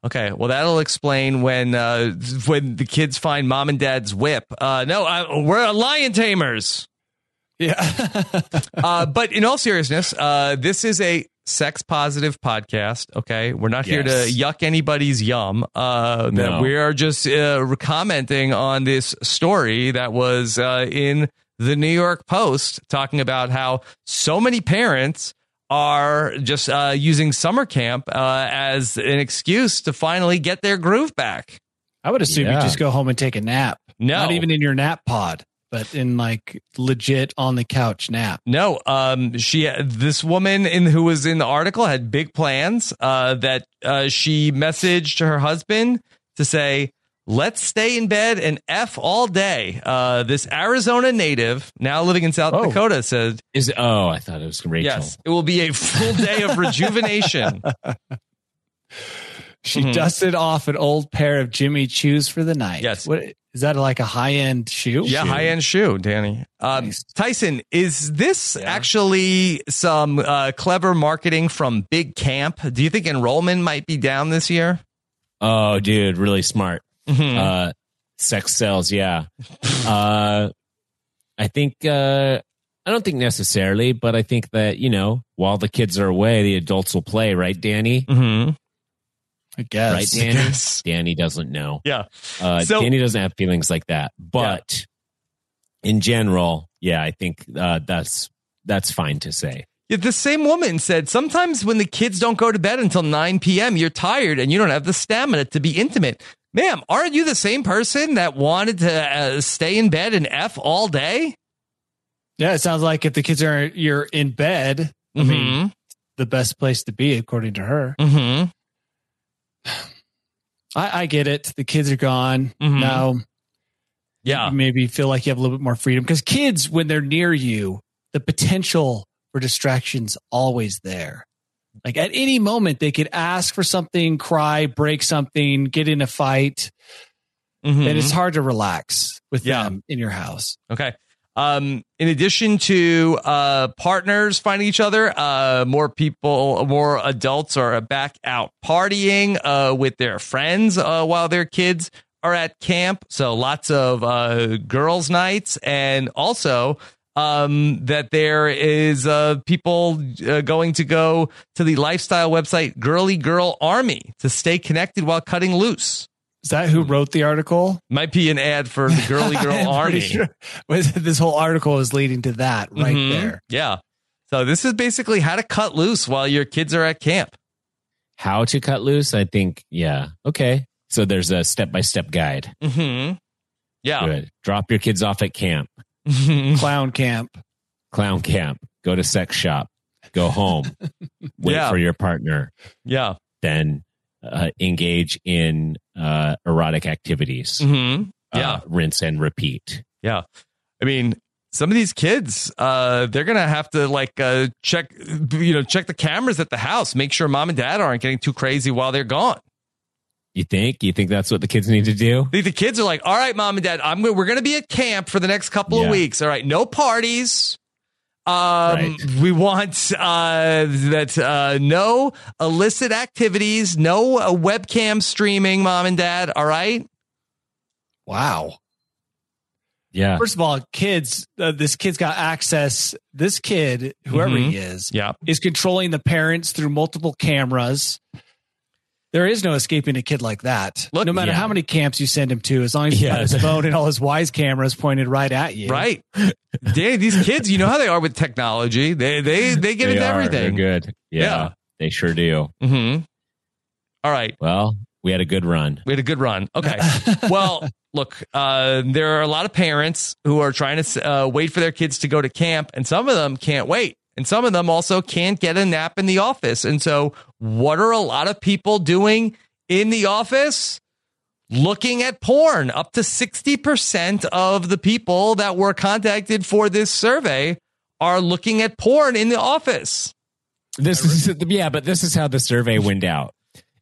Speaker 1: Okay. Well, that'll explain when uh, when the kids find mom and dad's whip. Uh, no, I, we're lion tamers.
Speaker 4: Yeah.
Speaker 1: Uh, but in all seriousness, uh, this is a sex positive podcast. Okay, we're not here to
Speaker 3: Yes.
Speaker 1: yuck anybody's yum. Uh, that
Speaker 3: No.
Speaker 1: we are just uh, commenting on this story that was uh, in the New York Post talking about how so many parents are just uh, using summer camp uh, as an excuse to finally get their groove back.
Speaker 4: I would assume
Speaker 3: Yeah.
Speaker 4: you just go home and take a nap.
Speaker 1: No,
Speaker 4: Not even in your nap pod, but in like legit on the couch nap.
Speaker 1: No, um, she this woman in who was in the article had big plans. Uh, that uh, she messaged her husband to say, "Let's stay in bed and f all day." Uh, this Arizona native now living in South
Speaker 3: Oh.
Speaker 1: Dakota said,
Speaker 3: Is it, oh, I thought it was Rachel.
Speaker 1: "Yes, it will be a full day of rejuvenation."
Speaker 4: She
Speaker 1: Mhm.
Speaker 4: dusted off an old pair of Jimmy Choo's for the night.
Speaker 1: Yes.
Speaker 4: What is that like a high end shoe?
Speaker 1: yeah,
Speaker 4: Shoe.
Speaker 1: high end shoe, Danny. Um,
Speaker 4: Nice.
Speaker 1: Tyson, is this actually some uh, clever marketing from Big Camp? Do you think enrollment might be down this year?
Speaker 3: Oh, dude, really smart.
Speaker 1: Mhm.
Speaker 3: Uh, sex sells. Yeah. uh, I think. Uh, I don't think necessarily, but I think that you know, while the kids are away, the adults will play, right, Danny?
Speaker 1: Mhm.
Speaker 4: I guess.
Speaker 3: Right, Danny.
Speaker 1: Yes.
Speaker 3: Danny doesn't know.
Speaker 1: Yeah.
Speaker 3: Uh,
Speaker 1: So-
Speaker 3: Danny doesn't have feelings like that. But in general, yeah, I think uh, that's that's fine to say.
Speaker 1: Yeah, the same woman said sometimes when the kids don't go to bed until 9 p.m., you're tired and you don't have the stamina to be intimate. Ma'am, aren't you the same person that wanted to uh, stay in bed and F all day?
Speaker 4: Yeah, it sounds like if the kids are you're in bed, I
Speaker 1: Mm-hmm.
Speaker 4: mean, the best place to be, according to her.
Speaker 1: Mm
Speaker 4: I, I get it. The kids are gone.
Speaker 1: Mhm.
Speaker 4: Now
Speaker 1: Yeah.
Speaker 4: you maybe feel like you have a little bit more freedom. Because kids, when they're near you, the potential for distractions always there. Like at any moment they could ask for something, cry, break something, get in a fight.
Speaker 1: Mhm.
Speaker 4: And it's hard to relax with
Speaker 1: Yeah.
Speaker 4: them in your house.
Speaker 1: Okay. Um, in addition to uh, partners finding each other, uh, more people, more adults are back out partying uh, with their friends uh, while their kids are at camp. So lots of uh, girls' nights, and also um, that there is uh, people uh, going to go to the lifestyle website Girly Girl Army to stay connected while cutting loose.
Speaker 4: Is that
Speaker 1: Hmm.
Speaker 4: who wrote the article?
Speaker 1: Might be an ad for the Girly Girl
Speaker 4: I'm
Speaker 1: Army.
Speaker 4: pretty sure- was- this whole article is leading to that right
Speaker 1: Mhm.
Speaker 4: there.
Speaker 1: Yeah. So this is basically how to cut loose while your kids are at camp.
Speaker 3: How to cut loose? I think. Yeah. Okay. So there's a step by step guide.
Speaker 1: Mm-hmm. Yeah.
Speaker 3: Good. Drop your kids off at camp,
Speaker 1: Mhm.
Speaker 4: Clown camp.
Speaker 3: clown camp. Go to sex shop. Go home. Wait
Speaker 1: Yeah.
Speaker 3: for your partner.
Speaker 1: yeah.
Speaker 3: Then uh, engage in uh, erotic activities.
Speaker 1: hmm
Speaker 3: Uh,
Speaker 1: Yeah.
Speaker 3: rinse and repeat.
Speaker 1: Yeah. I mean, some of these kids, uh, they're gonna have to like uh, check, you know, check the cameras at the house, make sure mom and dad aren't getting too crazy while they're gone.
Speaker 3: You think? You think that's what the kids need to do?
Speaker 1: I think the kids are like, "All right, mom and dad, I'm go- we're gonna be at camp for the next couple of
Speaker 3: Yeah.
Speaker 1: weeks. All right, no parties. Um,
Speaker 3: Right.
Speaker 1: we want uh, that uh, no illicit activities, no uh, webcam streaming, mom and dad. All right,
Speaker 4: Wow.
Speaker 3: Yeah.
Speaker 4: First of all, kids, uh, this kid's got access. This kid, whoever he is,
Speaker 1: Mm-hmm. yeah,
Speaker 4: is controlling the parents through multiple cameras. There is no escaping a kid like that.
Speaker 1: Look-
Speaker 4: no matter
Speaker 1: yeah.
Speaker 4: how many camps you send him to, as long as you
Speaker 3: Yeah.
Speaker 4: got his phone and all his wise cameras pointed right at you.
Speaker 1: right. Danny, these kids, you know how they are with technology. They they they get
Speaker 3: They
Speaker 1: into
Speaker 3: are. They're
Speaker 1: everything.
Speaker 3: good. Yeah,
Speaker 1: Yeah.
Speaker 3: They sure do.
Speaker 1: Mm-hmm. All right.
Speaker 3: Well, we had a good run.
Speaker 1: We had a good run. Okay. well, look, uh, there are a lot of parents who are trying to uh, wait for their kids to go to camp, and some of them can't wait. And some of them also can't get a nap in the office. And so, what are a lot of people doing in the office? Looking at porn. Up to 60% of the people that were contacted for this survey are looking at porn in the office.
Speaker 3: This is yeah, but this is how the survey went out.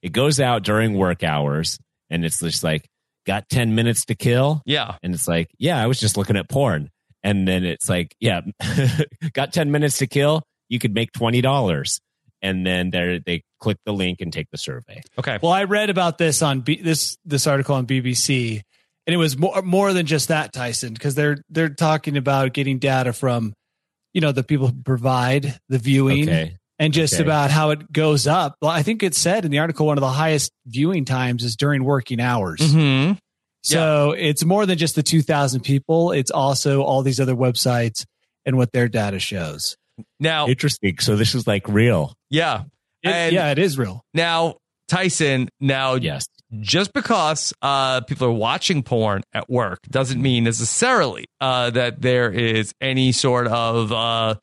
Speaker 3: It goes out during work hours, and it's just like got ten minutes to kill,
Speaker 1: Yeah.
Speaker 3: and it's like yeah, I was just looking at porn, and then it's like yeah, got ten minutes to kill. You could make twenty dollars, and then they they click the link and take the survey.
Speaker 1: Okay.
Speaker 4: Well, I read about this on B- this this article on BBC, and it was more more than just that, Tyson, because they're they're talking about getting data from, you know, the people who provide the viewing
Speaker 3: Okay,
Speaker 4: and just
Speaker 3: okay.
Speaker 4: about how it goes
Speaker 3: Mm-hmm.
Speaker 4: up. Well, I think it said in the article one of the highest viewing times is during working hours.
Speaker 1: Mhm.
Speaker 4: So it's more than just the 2000 people. It's also all these other websites and what their data shows.
Speaker 1: Now,
Speaker 3: Interesting. So this is like real.
Speaker 1: yeah.
Speaker 4: It-
Speaker 1: And
Speaker 4: yeah, it is real.
Speaker 1: now, Tyson, now
Speaker 3: Yes.
Speaker 1: just because uh, people are watching porn at work doesn't mean necessarily uh, that there is any sort of uh,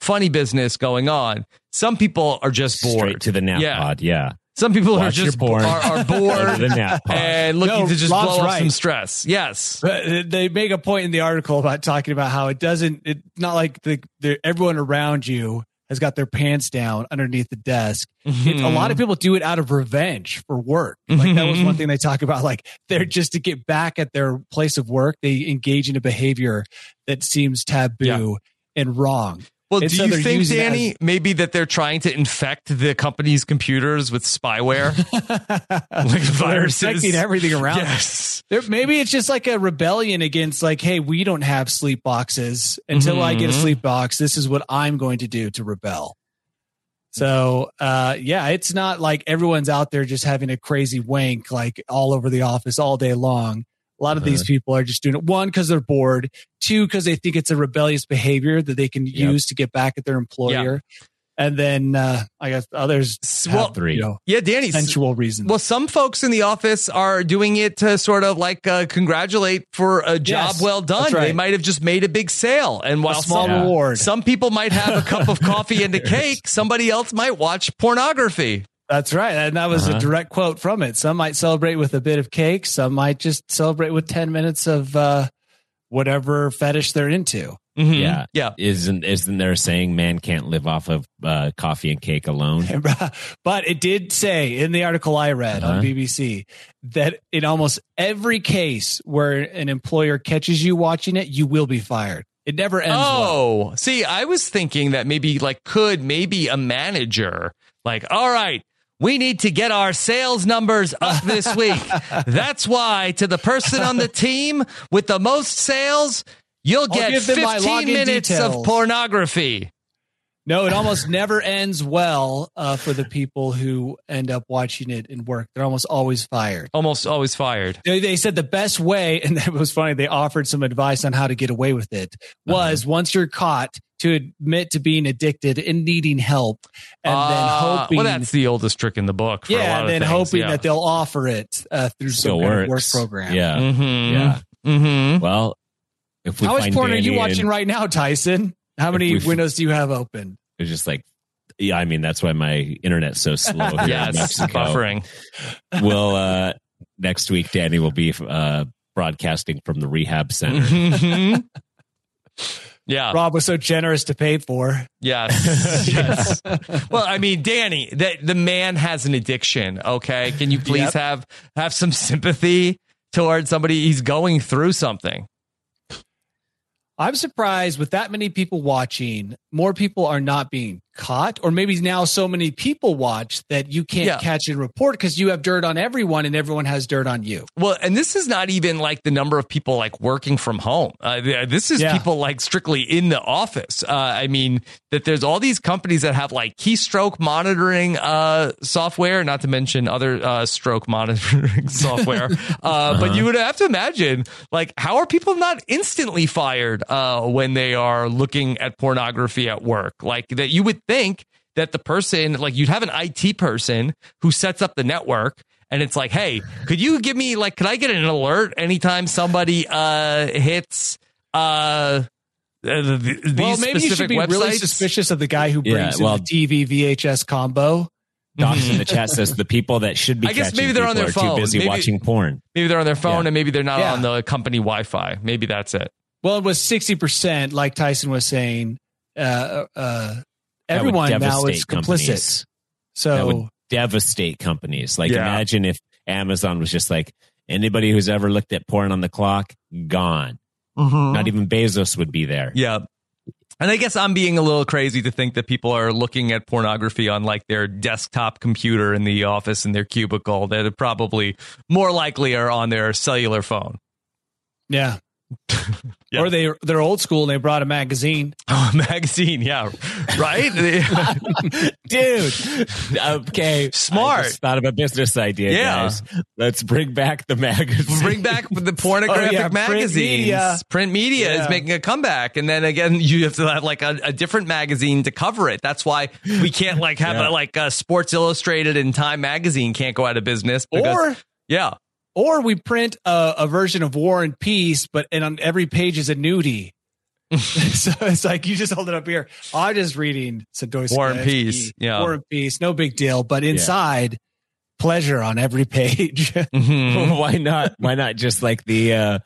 Speaker 1: funny business going on. Some people are just bored.
Speaker 3: Straight to the nap
Speaker 1: Yeah.
Speaker 3: pod. Yeah.
Speaker 1: Some people are
Speaker 3: Watch your
Speaker 1: just
Speaker 3: porn.
Speaker 1: Are, are
Speaker 3: Go to the
Speaker 1: bored
Speaker 3: nap pod.
Speaker 1: and looking
Speaker 4: No,
Speaker 1: to just
Speaker 4: Rob's
Speaker 1: blow off some
Speaker 4: right.
Speaker 1: stress. Yes.
Speaker 4: But uh, they make a point in the article about talking about how it doesn't, it's not like the, the, everyone around you has got their pants down underneath the desk. It, a lot of
Speaker 1: Mm-hmm.
Speaker 4: people do it out of revenge for work. Like that was
Speaker 1: Mhm.
Speaker 4: one thing they talk about. Like they're just to get back at their place of work. They engage in a behavior that seems taboo and wrong.
Speaker 1: Well,
Speaker 4: And
Speaker 1: do
Speaker 4: so
Speaker 1: you
Speaker 4: they're
Speaker 1: think,
Speaker 4: using it as-
Speaker 1: Danny, maybe that they're trying to infect the company's computers with spyware?
Speaker 4: like
Speaker 1: viruses.
Speaker 4: affecting everything around. them.
Speaker 1: yes.
Speaker 4: There, maybe it's just like a rebellion against, like, hey, we don't have sleep boxes. Until I get a
Speaker 1: Mhm.
Speaker 4: sleep box, this is what I'm going to do to rebel. So, uh, yeah, it's not like everyone's out there just having a crazy wank like all over the office all day long. A lot of
Speaker 1: Uh-huh.
Speaker 4: these people are just doing it one because they're bored, two because they think it's a rebellious behavior that they can
Speaker 3: Yep.
Speaker 4: use to get back at their employer, and then uh, I guess others
Speaker 1: S-
Speaker 4: have,
Speaker 1: Well,
Speaker 3: three.
Speaker 4: you know,
Speaker 1: yeah, Danny. s-
Speaker 4: sensual reasons.
Speaker 1: Well, some folks in the office are doing it to sort of like uh, congratulate for a job
Speaker 4: Yes,
Speaker 1: well done.
Speaker 4: that's right.
Speaker 1: They might have just made a big sale, and
Speaker 4: a
Speaker 1: while
Speaker 4: small
Speaker 1: some,
Speaker 4: reward.
Speaker 1: some people might have a cup of coffee and a cake, somebody else might watch pornography.
Speaker 4: That's right. And that was
Speaker 3: Uh-huh.
Speaker 4: a direct quote from it. Some might celebrate with a bit of cake. Some might just celebrate with 10 minutes of uh, whatever fetish they're into.
Speaker 1: Mhm.
Speaker 3: Yeah.
Speaker 1: yeah.
Speaker 3: Isn't isn't there a saying man can't live off of uh, coffee and cake alone?
Speaker 4: but it did say in the article I read
Speaker 3: Uh-huh.
Speaker 4: on BBC that in almost every case where an employer catches you watching it, you will be fired. It never ends. well.
Speaker 1: Oh, see, I was thinking that maybe like could maybe a manager like, all right, we need to get our sales numbers up this week. That's why to the person on the team with the most sales, you'll get
Speaker 4: give them my
Speaker 1: 15
Speaker 4: login
Speaker 1: minutes of
Speaker 4: details.
Speaker 1: pornography.
Speaker 4: No, it almost never ends well uh, for the people who end up watching it in work. They're almost always fired.
Speaker 1: Almost always fired.
Speaker 4: they, they said the best way, and that was funny. They offered some advice on how to get away with it.
Speaker 3: Uh-huh.
Speaker 4: Was once you're caught, to admit to being addicted and needing help, and
Speaker 1: Uh,
Speaker 3: Ah,
Speaker 4: then hoping,
Speaker 1: well, that's the oldest trick in the book. For a
Speaker 4: yeah,
Speaker 1: lot
Speaker 4: and
Speaker 1: of
Speaker 4: then
Speaker 1: things,
Speaker 4: hoping
Speaker 1: yeah.
Speaker 4: that they'll offer it uh, through
Speaker 3: Still
Speaker 4: some kind
Speaker 3: works.
Speaker 4: of work program.
Speaker 3: Yeah.
Speaker 1: Mhm.
Speaker 3: Yeah.
Speaker 1: Mhm.
Speaker 3: Well, if we
Speaker 4: How much
Speaker 3: find
Speaker 4: porn are you
Speaker 3: Danny
Speaker 4: watching
Speaker 3: and-
Speaker 4: right now, Tyson? How
Speaker 3: If
Speaker 4: many
Speaker 3: we've-
Speaker 4: windows do you have open?
Speaker 3: It's just like, yeah. I mean, that's why my internet's so slow. Here in
Speaker 1: Yes,
Speaker 3: Mexico.
Speaker 1: buffering.
Speaker 3: Well, uh, next week, Danny will be uh, broadcasting from the rehab center.
Speaker 1: Mhm.
Speaker 3: Uh,
Speaker 1: yeah.
Speaker 4: Rob was so generous to pay for.
Speaker 1: Yes. yes. Well, I mean, Danny, that the man has an addiction. Okay, can you please
Speaker 4: Yep.
Speaker 1: have have some sympathy towards somebody? He's going through something.
Speaker 4: I'm surprised with that many people watching, more people are not being caught, or maybe now so many people watch that you can't
Speaker 1: Yeah.
Speaker 4: catch and report because you have dirt on everyone and everyone has dirt on you.
Speaker 1: Well, and this is not even like the number of people like working from home. Uh, th- this is
Speaker 4: Yeah.
Speaker 1: people like strictly in the office. Uh, I mean, that there's all these companies that have like keystroke monitoring uh, software, not to mention other uh, stroke monitoring software. Uh, But you would have to imagine, like, how are people not instantly fired uh, when they are looking at pornography at work? Like, that you would think that the person, like, you'd have an IT person who sets up the network and it's like, hey, could you give me like, could I get an alert anytime somebody uh hits uh th- th- these
Speaker 4: well, maybe you should
Speaker 1: specific
Speaker 4: be
Speaker 1: websites?
Speaker 4: really suspicious of the guy who brings
Speaker 3: Yeah,
Speaker 4: in
Speaker 3: well-
Speaker 4: the TV VHS combo.
Speaker 3: Docs in the chat says the people that should be.
Speaker 1: I guess
Speaker 3: catching
Speaker 1: maybe they're on
Speaker 3: people
Speaker 1: their
Speaker 3: are
Speaker 1: phone.
Speaker 3: Too busy
Speaker 1: Maybe-
Speaker 3: watching porn.
Speaker 1: Maybe they're on their phone
Speaker 3: Yeah.
Speaker 1: and maybe they're not
Speaker 4: Yeah.
Speaker 1: on the company Wi-Fi. Maybe that's it.
Speaker 4: Well, it was 60%, like Tyson was saying. Uh, uh,
Speaker 3: That would
Speaker 4: everyone now
Speaker 3: devastate
Speaker 4: is complicit.
Speaker 3: companies. That would
Speaker 4: So
Speaker 1: Oh.
Speaker 3: devastate companies. Like
Speaker 1: Yeah.
Speaker 3: imagine if Amazon was just like anybody who's ever looked at porn on the clock gone.
Speaker 1: Mm-hmm.
Speaker 3: Not even Bezos would be there.
Speaker 1: Yeah. And I guess I'm being a little crazy to think that people are looking at pornography on like their desktop computer in the office in their cubicle that are probably more likely are on their cellular phone.
Speaker 4: Yeah.
Speaker 1: Yeah.
Speaker 4: Or they they're old school and they brought a magazine.
Speaker 1: Oh, a magazine, yeah, right.
Speaker 3: dude. Okay,
Speaker 1: Smart.
Speaker 3: I just thought of a business idea.
Speaker 1: Yeah.
Speaker 3: guys. let's bring back the magazine.
Speaker 1: Bring back the pornographic
Speaker 4: Oh, yeah, print
Speaker 1: magazines.
Speaker 4: media.
Speaker 1: Print media is
Speaker 4: Yeah.
Speaker 1: making a comeback, and then again, you have to have like a, a different magazine to cover it. That's why we can't like have a,
Speaker 3: Yeah.
Speaker 1: like a Sports Illustrated and Time magazine can't go out of business. Because,
Speaker 4: Or-
Speaker 1: yeah,
Speaker 4: Or we print a, a version of War and Peace, but and on every page is a nudie. so it's like you just hold it up here. I'm just reading Sadowski.
Speaker 1: War and Peace, yeah.
Speaker 4: War and Peace. No big deal. But inside, pleasure on every page.
Speaker 3: Mm-hmm.
Speaker 1: Mhm.
Speaker 3: why not? Why not just like the? uh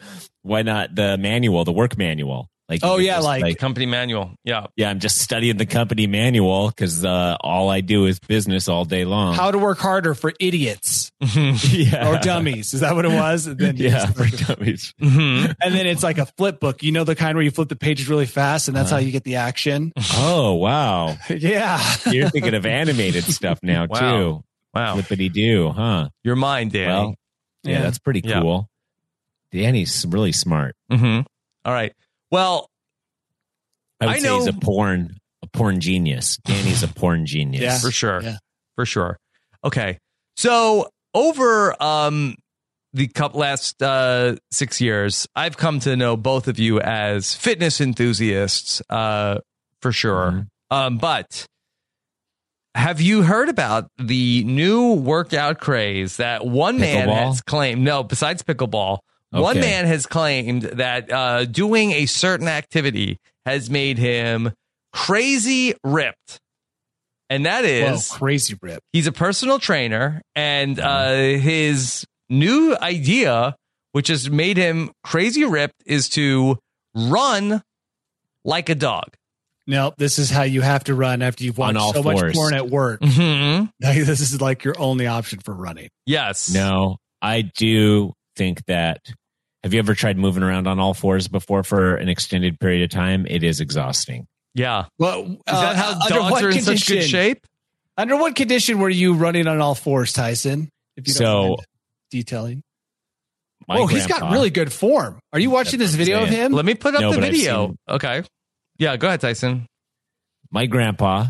Speaker 3: Why not the manual, the work manual? Like
Speaker 4: Oh,
Speaker 3: you
Speaker 4: yeah,
Speaker 3: just,
Speaker 4: like-
Speaker 1: company manual. Yeah,
Speaker 3: yeah, I'm just studying the company manual because uh, all I do is business all day long.
Speaker 4: How to work harder for idiots
Speaker 3: yeah.
Speaker 4: or dummies. Is that what it was? And then,
Speaker 3: Yeah, for dummies.
Speaker 1: Mhm.
Speaker 4: and then it's like a flip book. You know the kind where you flip the pages really fast and that's
Speaker 3: Uh-huh.
Speaker 4: how you get the action.
Speaker 3: Oh wow,
Speaker 4: yeah.
Speaker 3: you're thinking of animated stuff now
Speaker 1: Wow.
Speaker 3: too.
Speaker 1: wow,
Speaker 3: Flippity doo, huh?
Speaker 1: your mind, Danny.
Speaker 3: Well, yeah,
Speaker 4: Yeah.
Speaker 3: that's pretty
Speaker 1: Yeah.
Speaker 3: cool. Danny's really smart.
Speaker 1: Mm-hmm. All right. Well,
Speaker 3: I would
Speaker 1: I
Speaker 3: say he's
Speaker 1: know-
Speaker 3: a porn, a porn genius. Danny's a porn genius.
Speaker 4: Yeah.
Speaker 1: for sure.
Speaker 4: Yeah.
Speaker 1: For sure. Okay. So over um the cup last uh six years, I've come to know both of you as fitness enthusiasts, uh, for sure.
Speaker 3: Mhm.
Speaker 1: Um, but have you heard about the new workout craze that one man
Speaker 3: Pickleball?
Speaker 1: has claimed? No, besides pickleball, one
Speaker 3: Okay.
Speaker 1: man has claimed that uh, doing a certain activity has made him crazy ripped. And that
Speaker 4: Whoa,
Speaker 1: is,
Speaker 4: crazy rip.
Speaker 1: he's a personal trainer, and uh, his new idea, which has made him crazy ripped, is to run like a dog.
Speaker 4: No, this is how you have to run after you've
Speaker 3: On
Speaker 4: watched
Speaker 3: all
Speaker 4: so much
Speaker 3: fours.
Speaker 4: porn at work.
Speaker 1: hmm
Speaker 3: Mm-hmm.
Speaker 4: Like, this is like your only option for running.
Speaker 1: Yes.
Speaker 3: No, I do think that. Have you ever tried moving around on all fours before for an extended period of time? It is exhausting.
Speaker 1: Yeah. Is
Speaker 4: Well, uh, is
Speaker 1: that how dogs are in such good shape?
Speaker 4: Under what condition were you running on all fours, Tyson? If
Speaker 3: So-
Speaker 4: mind detailing.
Speaker 3: My
Speaker 4: oh, he's got
Speaker 3: grandpa-
Speaker 4: really good form. Are you watching
Speaker 3: That's
Speaker 4: this
Speaker 3: what I'm
Speaker 4: video of
Speaker 3: saying.
Speaker 4: him?
Speaker 1: Let me put up
Speaker 3: Um, No,
Speaker 1: the
Speaker 3: but I've
Speaker 1: video.
Speaker 3: seen-
Speaker 1: Okay. Yeah, go ahead, Tyson.
Speaker 3: My grandpa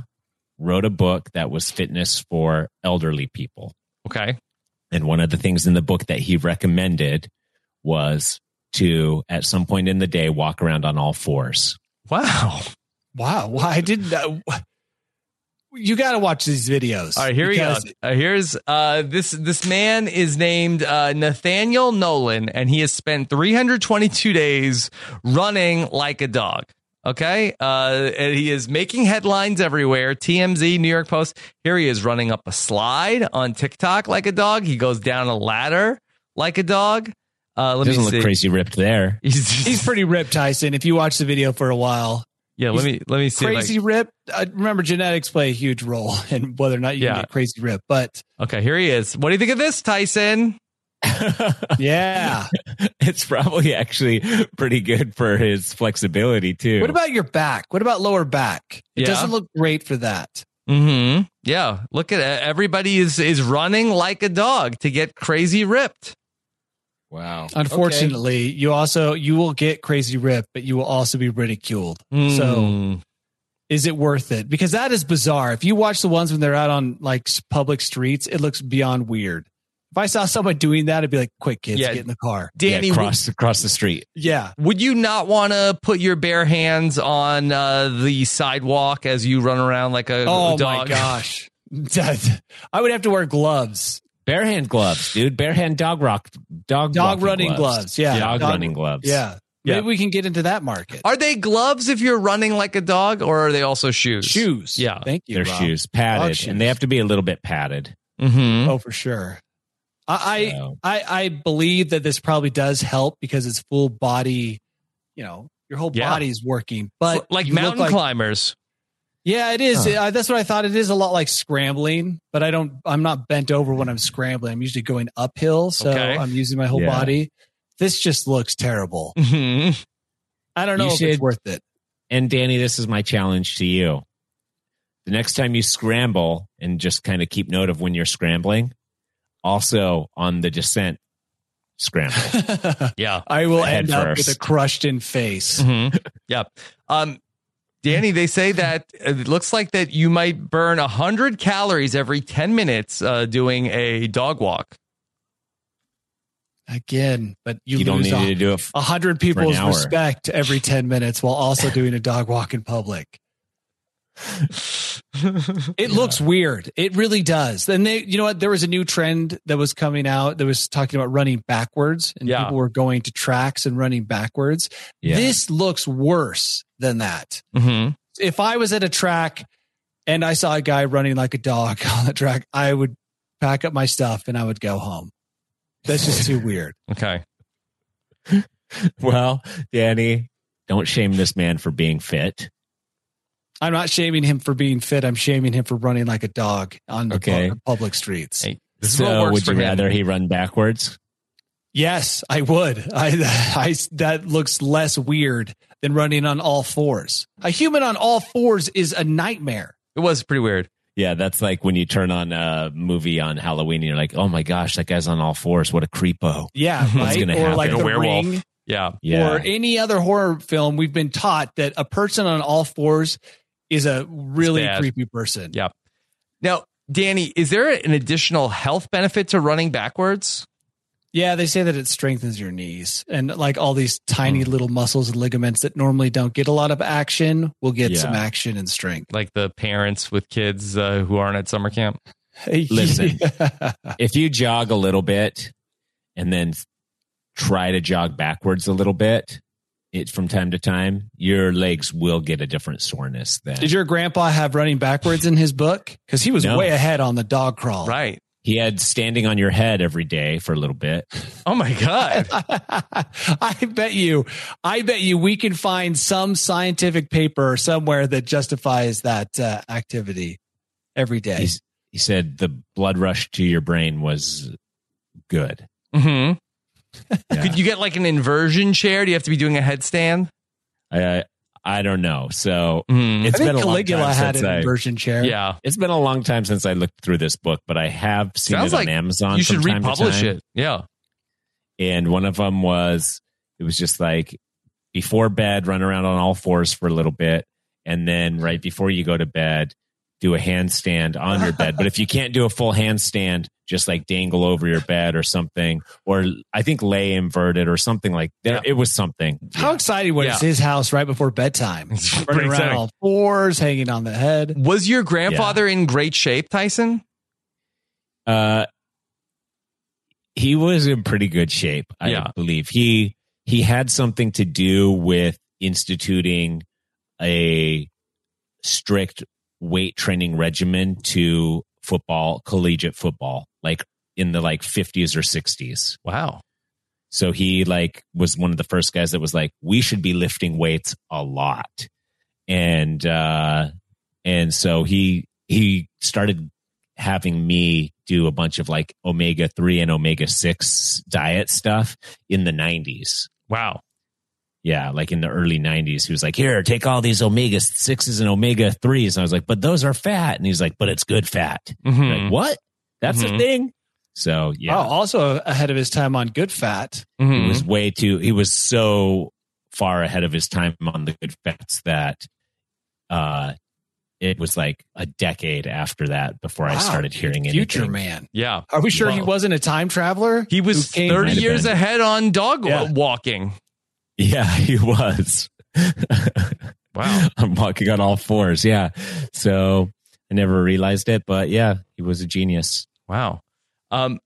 Speaker 3: wrote a book that was fitness for elderly people.
Speaker 1: Okay.
Speaker 3: And one of the things in the book that he recommended was to, at some point in the day, walk around on all fours.
Speaker 1: Wow.
Speaker 4: Wow. Well, I didn't know. You got to watch these videos.
Speaker 1: All right, here we go.
Speaker 4: because
Speaker 1: Uh, here's uh, this this man is named uh, Nathaniel Nolan, and he has spent 322 days running like a dog. Okay, uh, and he is making headlines everywhere. TMZ, New York Post. Here he is running up a slide on TikTok like a dog. He goes down a ladder like a dog. Uh, let
Speaker 3: Doesn't
Speaker 1: me
Speaker 3: look
Speaker 1: see.
Speaker 3: crazy ripped there.
Speaker 4: He's pretty ripped, Tyson. If you watch the video for a while,
Speaker 1: yeah. Let me let me see. like-
Speaker 4: crazy rip. Uh, remember, genetics play a huge role in whether or not you
Speaker 1: Yeah.
Speaker 4: can get crazy rip. But
Speaker 1: okay, here he is. What do you think of this, Tyson?
Speaker 4: yeah,
Speaker 3: it's probably actually pretty good for his flexibility, too.
Speaker 4: what about your back? What about lower back? It
Speaker 1: Yeah.
Speaker 4: doesn't look great for that.
Speaker 1: Hmm. Yeah. Look at it. everybody is is running like a dog to get crazy ripped.
Speaker 3: Wow.
Speaker 4: Uh, Unfortunately, you also you will get crazy rip, but you will also be ridiculed. So
Speaker 1: Mm.
Speaker 4: is it worth it? Because that is bizarre. If you watch the ones when they're out on like s- public streets, it looks beyond weird. If I saw someone doing that, I'd be like, "Quick, kids,
Speaker 1: Yeah.
Speaker 4: get in the car."
Speaker 1: Danny, w-
Speaker 3: yeah, cross, across the street.
Speaker 4: Yeah,
Speaker 1: would you not want to put your bare hands on uh, the sidewalk as you run around like a
Speaker 4: Oh
Speaker 1: dog?
Speaker 4: my gosh. That- I wowould have to wear gloves.
Speaker 3: Bare hand gloves, dude. Bare hand dog rock, dog
Speaker 4: Dog
Speaker 3: walking
Speaker 4: running gloves, yeah.
Speaker 3: Dog,
Speaker 4: Dog-
Speaker 3: running gloves.
Speaker 4: Yeah.
Speaker 1: Yeah.
Speaker 4: Maybe we can get into that market.
Speaker 1: Are they gloves if you're running like a dog, or are they also shoes?
Speaker 4: shoes.
Speaker 1: Yeah.
Speaker 4: Thank you.
Speaker 3: Their
Speaker 4: Rob.
Speaker 3: shoes padded,
Speaker 4: Dog
Speaker 3: and they
Speaker 4: shoes.
Speaker 3: have to be a little bit padded.
Speaker 1: Hmm.
Speaker 4: Oh, for sure. I, I
Speaker 3: So,
Speaker 4: I I believe that this probably does help because it's full body, you know, your whole
Speaker 1: Yeah.
Speaker 4: body's working. But
Speaker 1: like
Speaker 4: you look
Speaker 1: mountain climbers.
Speaker 4: Yeah, it is. I, that's what I thought. It is a lot like scrambling, but I don't. I'm not bent over when I'm scrambling. I'm usually going uphill, so
Speaker 1: Okay.
Speaker 4: I'm using my whole
Speaker 3: Yeah.
Speaker 4: body. This just looks terrible.
Speaker 1: Hmm.
Speaker 4: I
Speaker 3: You
Speaker 4: don't know if
Speaker 3: should-
Speaker 4: it's worth it.
Speaker 3: and Danny, this is my challenge to you. The next time you scramble, and just kind of keep note of when you're scrambling. Also on the descent, scramble.
Speaker 1: Yeah.
Speaker 4: I will
Speaker 3: Head
Speaker 4: end up
Speaker 3: first.
Speaker 4: with a crushed in face.
Speaker 1: Mm-hmm. Yep. Um, Danny, they say that it looks like that you might burn 100 calories every 10 minutes uh, doing a dog walk.
Speaker 4: Mm-hmm. Again, but you,
Speaker 3: you don't
Speaker 4: lose Uh,
Speaker 3: need
Speaker 4: a,
Speaker 3: to do it. f-
Speaker 4: a hundred people's
Speaker 3: hour.
Speaker 4: respect every 10 minutes while also doing a dog walk in public. It looks weird. It really does. And they, you know what? There was a new trend that was coming out that was talking about running backwards, and
Speaker 1: Yeah.
Speaker 4: people were going to tracks and running backwards.
Speaker 3: Yeah.
Speaker 4: This looks worse than that.
Speaker 1: Mm-hmm.
Speaker 4: If I was at a track and I saw a guy running like a dog on the track, I would pack up my stuff and I would go home. That's just too weird.
Speaker 1: Okay.
Speaker 3: well, Danny, don't shame this man for being fit.
Speaker 4: I'm not shaming him for being fit. I'm shaming him for running like a dog on the
Speaker 3: Okay.
Speaker 4: pu- public streets.
Speaker 1: Hey, this is what
Speaker 3: so,
Speaker 1: works
Speaker 3: would
Speaker 1: for
Speaker 3: you
Speaker 1: him.
Speaker 3: rather he run backwards?
Speaker 4: Yes, I would. I, I, that looks less weird than running on all fours. A human on all fours is a nightmare.
Speaker 1: It was pretty weird.
Speaker 3: Yeah, that's like when you turn on a movie on Halloween and you're like, oh my gosh, that guy's on all fours. What a creepo.
Speaker 4: Yeah, right.
Speaker 3: gonna
Speaker 4: Or
Speaker 3: happen.
Speaker 4: like
Speaker 3: A
Speaker 4: the
Speaker 1: werewolf.
Speaker 4: Ring
Speaker 1: Yeah.
Speaker 3: Yeah.
Speaker 4: or any other horror film. We've been taught that a person on all fours is a really
Speaker 1: It's bad.
Speaker 4: creepy person.
Speaker 1: Yeah. Now, Danny, is there an additional health benefit to running backwards?
Speaker 4: Yeah, they say that it strengthens your knees and like all these
Speaker 3: Hmm.
Speaker 4: tiny little muscles and ligaments that normally don't get a lot of action will get
Speaker 3: Yeah.
Speaker 4: some action and strength.
Speaker 1: Like the parents with kids uh, who aren't at summer camp?
Speaker 3: Listen. if you jog a little bit and then try to jog backwards a little bit it from time to time your legs will get a different soreness then
Speaker 4: Did your grandpa have running backwards in his book? Because he was
Speaker 3: No.
Speaker 4: way ahead on the dog crawl.
Speaker 1: Right.
Speaker 3: he had standing on your head every day for a little bit
Speaker 1: Oh, my God.
Speaker 4: I bet you, I bet you we can find some scientific paper somewhere that justifies that uh, activity every day.
Speaker 3: He's- he said the blood rush to your brain was good Mm-hmm.
Speaker 1: hmm
Speaker 3: Yeah.
Speaker 1: Could you get like an inversion chair? Do you have to be doing a headstand?
Speaker 3: i i don't know so
Speaker 1: Mhm.
Speaker 3: Mm-hmm. it's
Speaker 4: I
Speaker 3: been
Speaker 4: think
Speaker 3: a long
Speaker 4: Caligula
Speaker 3: time
Speaker 4: had
Speaker 3: since
Speaker 4: an
Speaker 3: I,
Speaker 4: inversion chair.
Speaker 1: Yeah.
Speaker 3: it's been a long time since i looked through this book but i have seen
Speaker 1: Sounds
Speaker 3: it
Speaker 1: like
Speaker 3: on amazon
Speaker 1: You should
Speaker 3: from time to
Speaker 1: republish
Speaker 3: time.
Speaker 1: it. Yeah.
Speaker 3: and one of them was it was just like before bed run around on all fours for a little bit and then right before you go to bed do a handstand on your bed but if you can't do a full handstand just like dangle over your bed or something or i think lay inverted or something like there it was something
Speaker 4: How exciting was
Speaker 1: Yeah.
Speaker 4: his house right before bedtime?
Speaker 1: It's pretty
Speaker 4: Running around
Speaker 1: exciting.
Speaker 4: all fours, hanging on the head.
Speaker 1: Was your grandfather in great shape, Tyson?
Speaker 3: uh he was in pretty good shape i
Speaker 1: Yeah.
Speaker 3: believe he he had something to do with instituting a strict weight training regimen to football collegiate football like in the like 50s or 60s
Speaker 1: Wow.
Speaker 3: so he like was one of the first guys that was like, we should be lifting weights a lot. And uh and so he he started having me do a bunch of like omega 3 and omega 6 diet stuff in the 90s.
Speaker 1: Wow.
Speaker 3: Yeah, like in the early 90s, he was like, "Here, take all these omega 6s and omega 3s." And I was like, "But those are fat." And he's like, "But it's good fat."
Speaker 1: Mhm.
Speaker 3: Like, "What? That's
Speaker 1: Mhm.
Speaker 3: a thing?" So, yeah.
Speaker 4: Oh, also ahead of his time on good fat.
Speaker 1: Mhm.
Speaker 3: He
Speaker 4: Hmm.
Speaker 3: was way too. He was so far ahead of his time on the good facts that uh, it was like a decade after that before I
Speaker 4: Wow,
Speaker 3: started hearing
Speaker 4: Future
Speaker 3: anything.
Speaker 4: man.
Speaker 1: yeah.
Speaker 4: Are we sure he
Speaker 3: Whoa.
Speaker 4: wasn't a time traveler?
Speaker 1: He was
Speaker 4: Who came-
Speaker 1: 30
Speaker 3: Might have
Speaker 1: years
Speaker 3: been.
Speaker 1: ahead on dog
Speaker 4: Yeah.
Speaker 1: walking.
Speaker 3: Yeah, he was.
Speaker 1: Wow.
Speaker 3: I'm walking on all fours. Yeah, so I never realized it, but yeah, he was a genius.
Speaker 1: Wow. Um,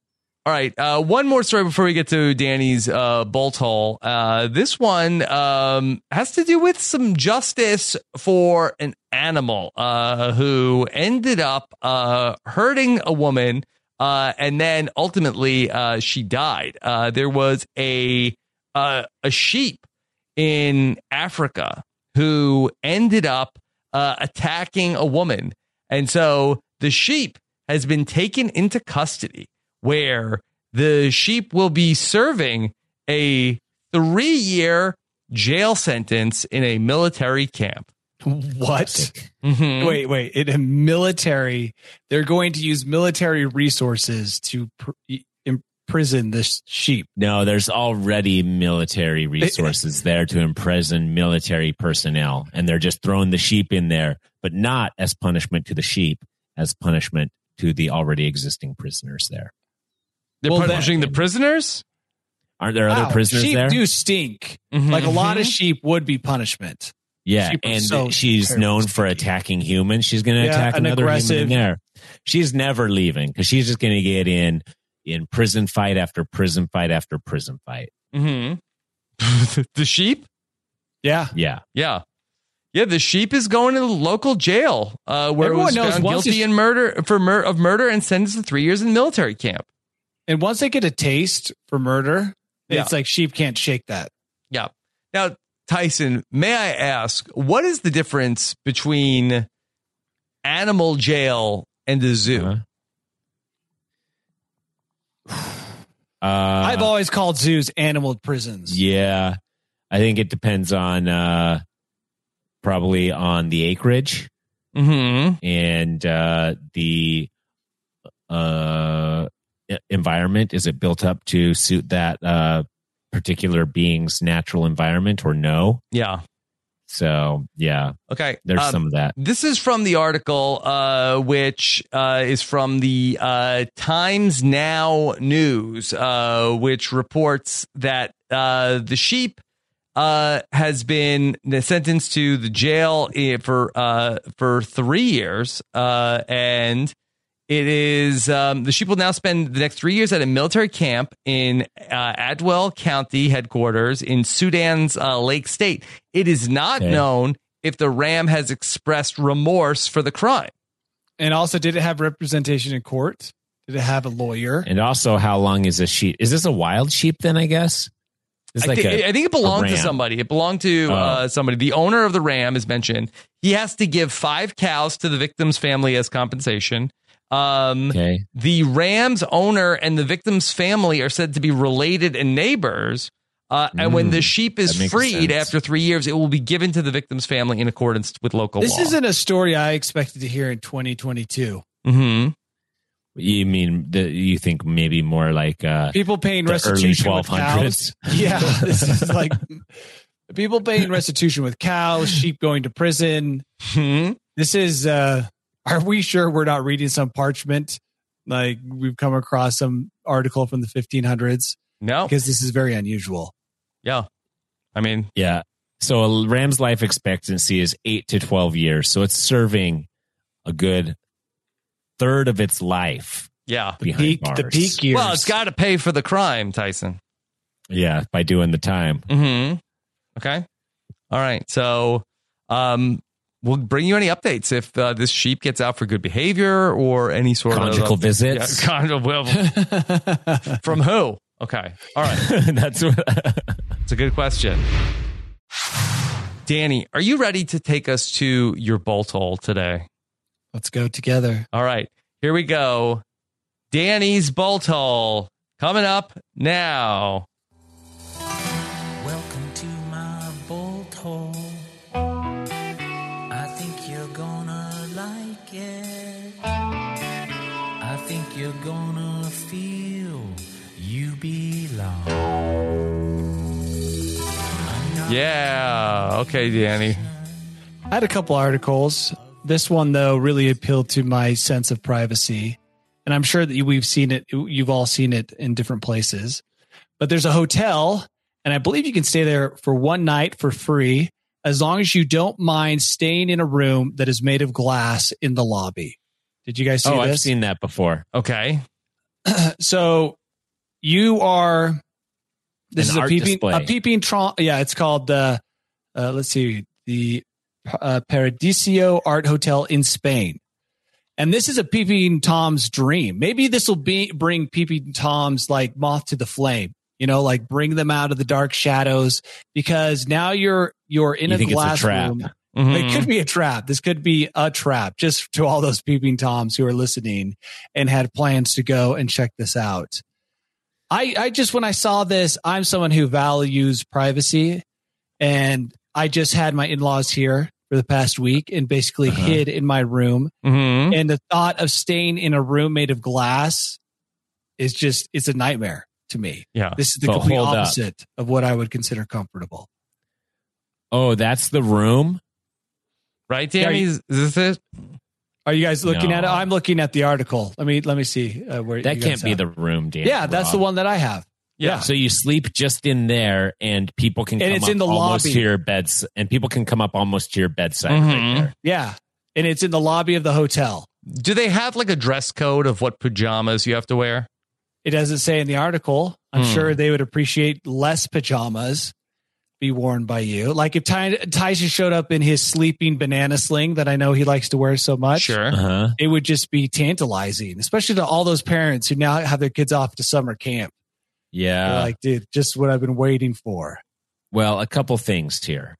Speaker 1: all right. Uh, one more story before we get to Danny's uh, bolt hole. Uh, this one um, has to do with some justice for an animal uh, who ended up uh, hurting a woman uh, and then ultimately uh, she died. Uh, there was a, uh, a sheep in Africa who ended up uh, attacking a woman. And so the sheep has been taken into custody where the sheep will be serving a three year jail sentence in a military camp.
Speaker 4: What?
Speaker 1: Mhm.
Speaker 4: Wait, wait. In a military, they're going to use military resources to pr- im- imprison this sheep.
Speaker 3: No, there's already military resources there to imprison military personnel, and they're just throwing the sheep in there, but not as punishment to the sheep, as punishment to the already existing prisoners there.
Speaker 1: They're
Speaker 4: Well, that-
Speaker 1: punishing the prisoners.
Speaker 3: Aren't there other
Speaker 4: Wow,
Speaker 3: prisoners
Speaker 4: sheep
Speaker 3: there? Mm-hmm,
Speaker 4: do stink.
Speaker 1: Mhm.
Speaker 4: Like a lot of sheep would be punishment.
Speaker 3: yeah,
Speaker 4: sheep are
Speaker 3: and
Speaker 4: so
Speaker 3: she's
Speaker 4: terrible
Speaker 3: known
Speaker 4: to
Speaker 3: for
Speaker 4: keep.
Speaker 3: attacking humans. She's going to
Speaker 4: Yeah,
Speaker 3: attack
Speaker 4: an
Speaker 3: another human in
Speaker 4: aggressive-
Speaker 3: there. She's never leaving because she's just going to get in in prison fight after prison fight after prison fight.
Speaker 4: Mm-hmm.
Speaker 1: Mhm. the sheep.
Speaker 4: Yeah.
Speaker 3: Yeah,
Speaker 1: Yeah. Yeah, the sheep is going to the local jail uh, where it
Speaker 4: Everyone
Speaker 1: was
Speaker 4: knows
Speaker 1: found
Speaker 4: once
Speaker 1: guilty
Speaker 4: it's-
Speaker 1: in murder for mur- of murder and sentenced to three years in military camp.
Speaker 4: And once they get a taste for murder,
Speaker 1: Yeah.
Speaker 4: it's like sheep can't shake that.
Speaker 1: Yeah. Now, Tyson, may I ask, what is the difference between animal jail and the zoo?
Speaker 3: Uh-huh. uh,
Speaker 4: I've always called zoos animal prisons.
Speaker 3: Yeah. I think it depends on uh probably on the acreage
Speaker 1: Mm-hmm.
Speaker 3: and uh the uh e- environment is it built up to suit that uh particular being's natural environment or no?
Speaker 1: Yeah.
Speaker 3: So, yeah,
Speaker 1: Okay.
Speaker 3: there's
Speaker 1: Um,
Speaker 3: some of that.
Speaker 1: This is from the article, uh, which uh, is from the uh, Times Now News, uh, which reports that uh, the sheep uh, has been sentenced to the jail i- for uh, for three years, uh, and it is um, the sheep will now spend the next three years at a military camp in uh, Adwell County headquarters in Sudan's uh, Lake State. It is not
Speaker 3: Okay.
Speaker 1: known if the ram has expressed remorse for the crime.
Speaker 4: And also, did it have representation in court? Did it have a lawyer?
Speaker 3: And also how long is a sheep? Is this a wild sheep then, I guess? It's
Speaker 1: I,
Speaker 3: like
Speaker 1: thi-
Speaker 3: a,
Speaker 1: I think it belonged to
Speaker 3: ram.
Speaker 1: somebody. It belonged to
Speaker 3: Oh.
Speaker 1: uh, somebody. The owner of the ram is mentioned. He has to give five cows to the victim's family as compensation. Um,
Speaker 3: okay.
Speaker 1: The ram's owner and the victim's family are said to be related and neighbors. Uh, and when the
Speaker 3: Mm,
Speaker 1: sheep is
Speaker 3: that makes
Speaker 1: freed
Speaker 3: sense.
Speaker 1: after three years, it will be given to the victim's family in accordance with local
Speaker 4: This
Speaker 1: law.
Speaker 4: isn't a story I expected to hear in 2022.
Speaker 1: Mhm.
Speaker 3: You mean the, you think maybe more like uh
Speaker 4: People paying
Speaker 3: the early
Speaker 4: restitution with cows.
Speaker 3: 1200s.
Speaker 4: Yeah, this is like people paying restitution with cows, sheep going to prison.
Speaker 1: Hmm.
Speaker 4: This is. uh Are we sure we're not reading some parchment? Like we've come across some article from the 1500s
Speaker 3: Oh.
Speaker 1: No.
Speaker 4: because this is very unusual.
Speaker 1: Yeah. I mean,
Speaker 3: Yeah. So a ram's life expectancy is eight to 12 years. So it's serving a good third of its life
Speaker 1: yeah.
Speaker 3: behind
Speaker 4: Peak,
Speaker 3: bars.
Speaker 4: the peak years.
Speaker 1: Well, it's got to pay for the crime, Tyson.
Speaker 3: Yeah, by doing the time.
Speaker 1: Mm-hmm. Okay. All right. So, um, we'll bring you any updates if uh, this sheep gets out for good behavior or any sort
Speaker 3: Conjugal
Speaker 1: of
Speaker 3: visits.
Speaker 1: Yeah, conjugal. Well, from who? Okay. All right.
Speaker 3: That's what.
Speaker 1: It's a good question. Danny, are you ready to take us to your bolt hole today?
Speaker 4: Let's go together.
Speaker 1: All right. Here we go. Danny's bolt hole coming up now.
Speaker 5: Welcome to my bolt hole. I think you're gonna like it. I think you're gonna feel you belong.
Speaker 1: Yeah. Okay, Danny.
Speaker 4: I had a couple articles. This one, though, really appealed to my sense of privacy. And I'm sure that you- we've seen it, you've all seen it in different places. But there's a hotel, and I believe you can stay there for one night for free as long as you don't mind staying in a room that is made of glass in the lobby. Did you guys see
Speaker 3: oh,
Speaker 4: this?
Speaker 3: I've seen that before.
Speaker 1: Okay.
Speaker 4: so you are this
Speaker 3: An
Speaker 4: is a
Speaker 3: art
Speaker 4: peeping
Speaker 3: display.
Speaker 4: a peeping tron yeah it's called the uh, let's see the uh, paradiso art hotel in spain and this is a peeping tom's dream maybe this will be bring peeping tom's like moth to the flame you know like bring them out of the dark shadows because now you're you're in
Speaker 3: You
Speaker 4: a
Speaker 3: think it's a
Speaker 4: glass
Speaker 3: trap.
Speaker 4: room
Speaker 1: Mhm.
Speaker 3: Hmm.
Speaker 4: it could be a trap. This could be a trap just to all those peeping toms who are listening and had plans to go and check this out. I, I just, when I saw this, I'm someone who values privacy and I just had my in-laws here for the past week and basically
Speaker 3: Uh-huh. Hmm.
Speaker 4: hid in my room.
Speaker 1: Mhm.
Speaker 4: And the thought of staying in a room made of glass is just it's a nightmare to me.
Speaker 1: Yeah.
Speaker 4: This is the
Speaker 3: But
Speaker 4: complete
Speaker 3: hold up.
Speaker 4: opposite of what I would consider comfortable.
Speaker 3: Oh, that's the room.
Speaker 1: Right, Tammy? Is is this it?
Speaker 4: Are you guys looking at it?
Speaker 3: No.
Speaker 4: I'm looking at the article. Let me let me see uh, where
Speaker 3: That
Speaker 4: you
Speaker 3: can't
Speaker 4: guys
Speaker 3: be
Speaker 4: have-
Speaker 3: the room, Dan.
Speaker 4: Yeah, that's the
Speaker 3: Rob.
Speaker 4: one that I have. Yeah.
Speaker 3: So you sleep just in there, and people can
Speaker 4: And
Speaker 3: come
Speaker 4: it's
Speaker 3: up
Speaker 4: in the
Speaker 3: almost
Speaker 4: lobby. Mm-hmm.
Speaker 3: to your beds, and people can come up almost to your bedside
Speaker 1: Mhm.
Speaker 3: right there.
Speaker 4: Yeah. And it's in the lobby of the hotel.
Speaker 1: Do they have like a dress code of what pajamas you have to wear?
Speaker 4: It doesn't say in the article. I'm
Speaker 1: Hmm.
Speaker 4: sure they would appreciate less pajamas be worn by you. Like if Ty- Tyson showed up in his sleeping banana sling that I know he likes to wear so much,
Speaker 1: Sure.
Speaker 3: Uh-huh.
Speaker 4: it would just be tantalizing, especially to all those parents who now have their kids off to summer camp. They're
Speaker 3: Yeah.
Speaker 4: like, dude, just what I've been waiting for.
Speaker 3: well, a couple things here.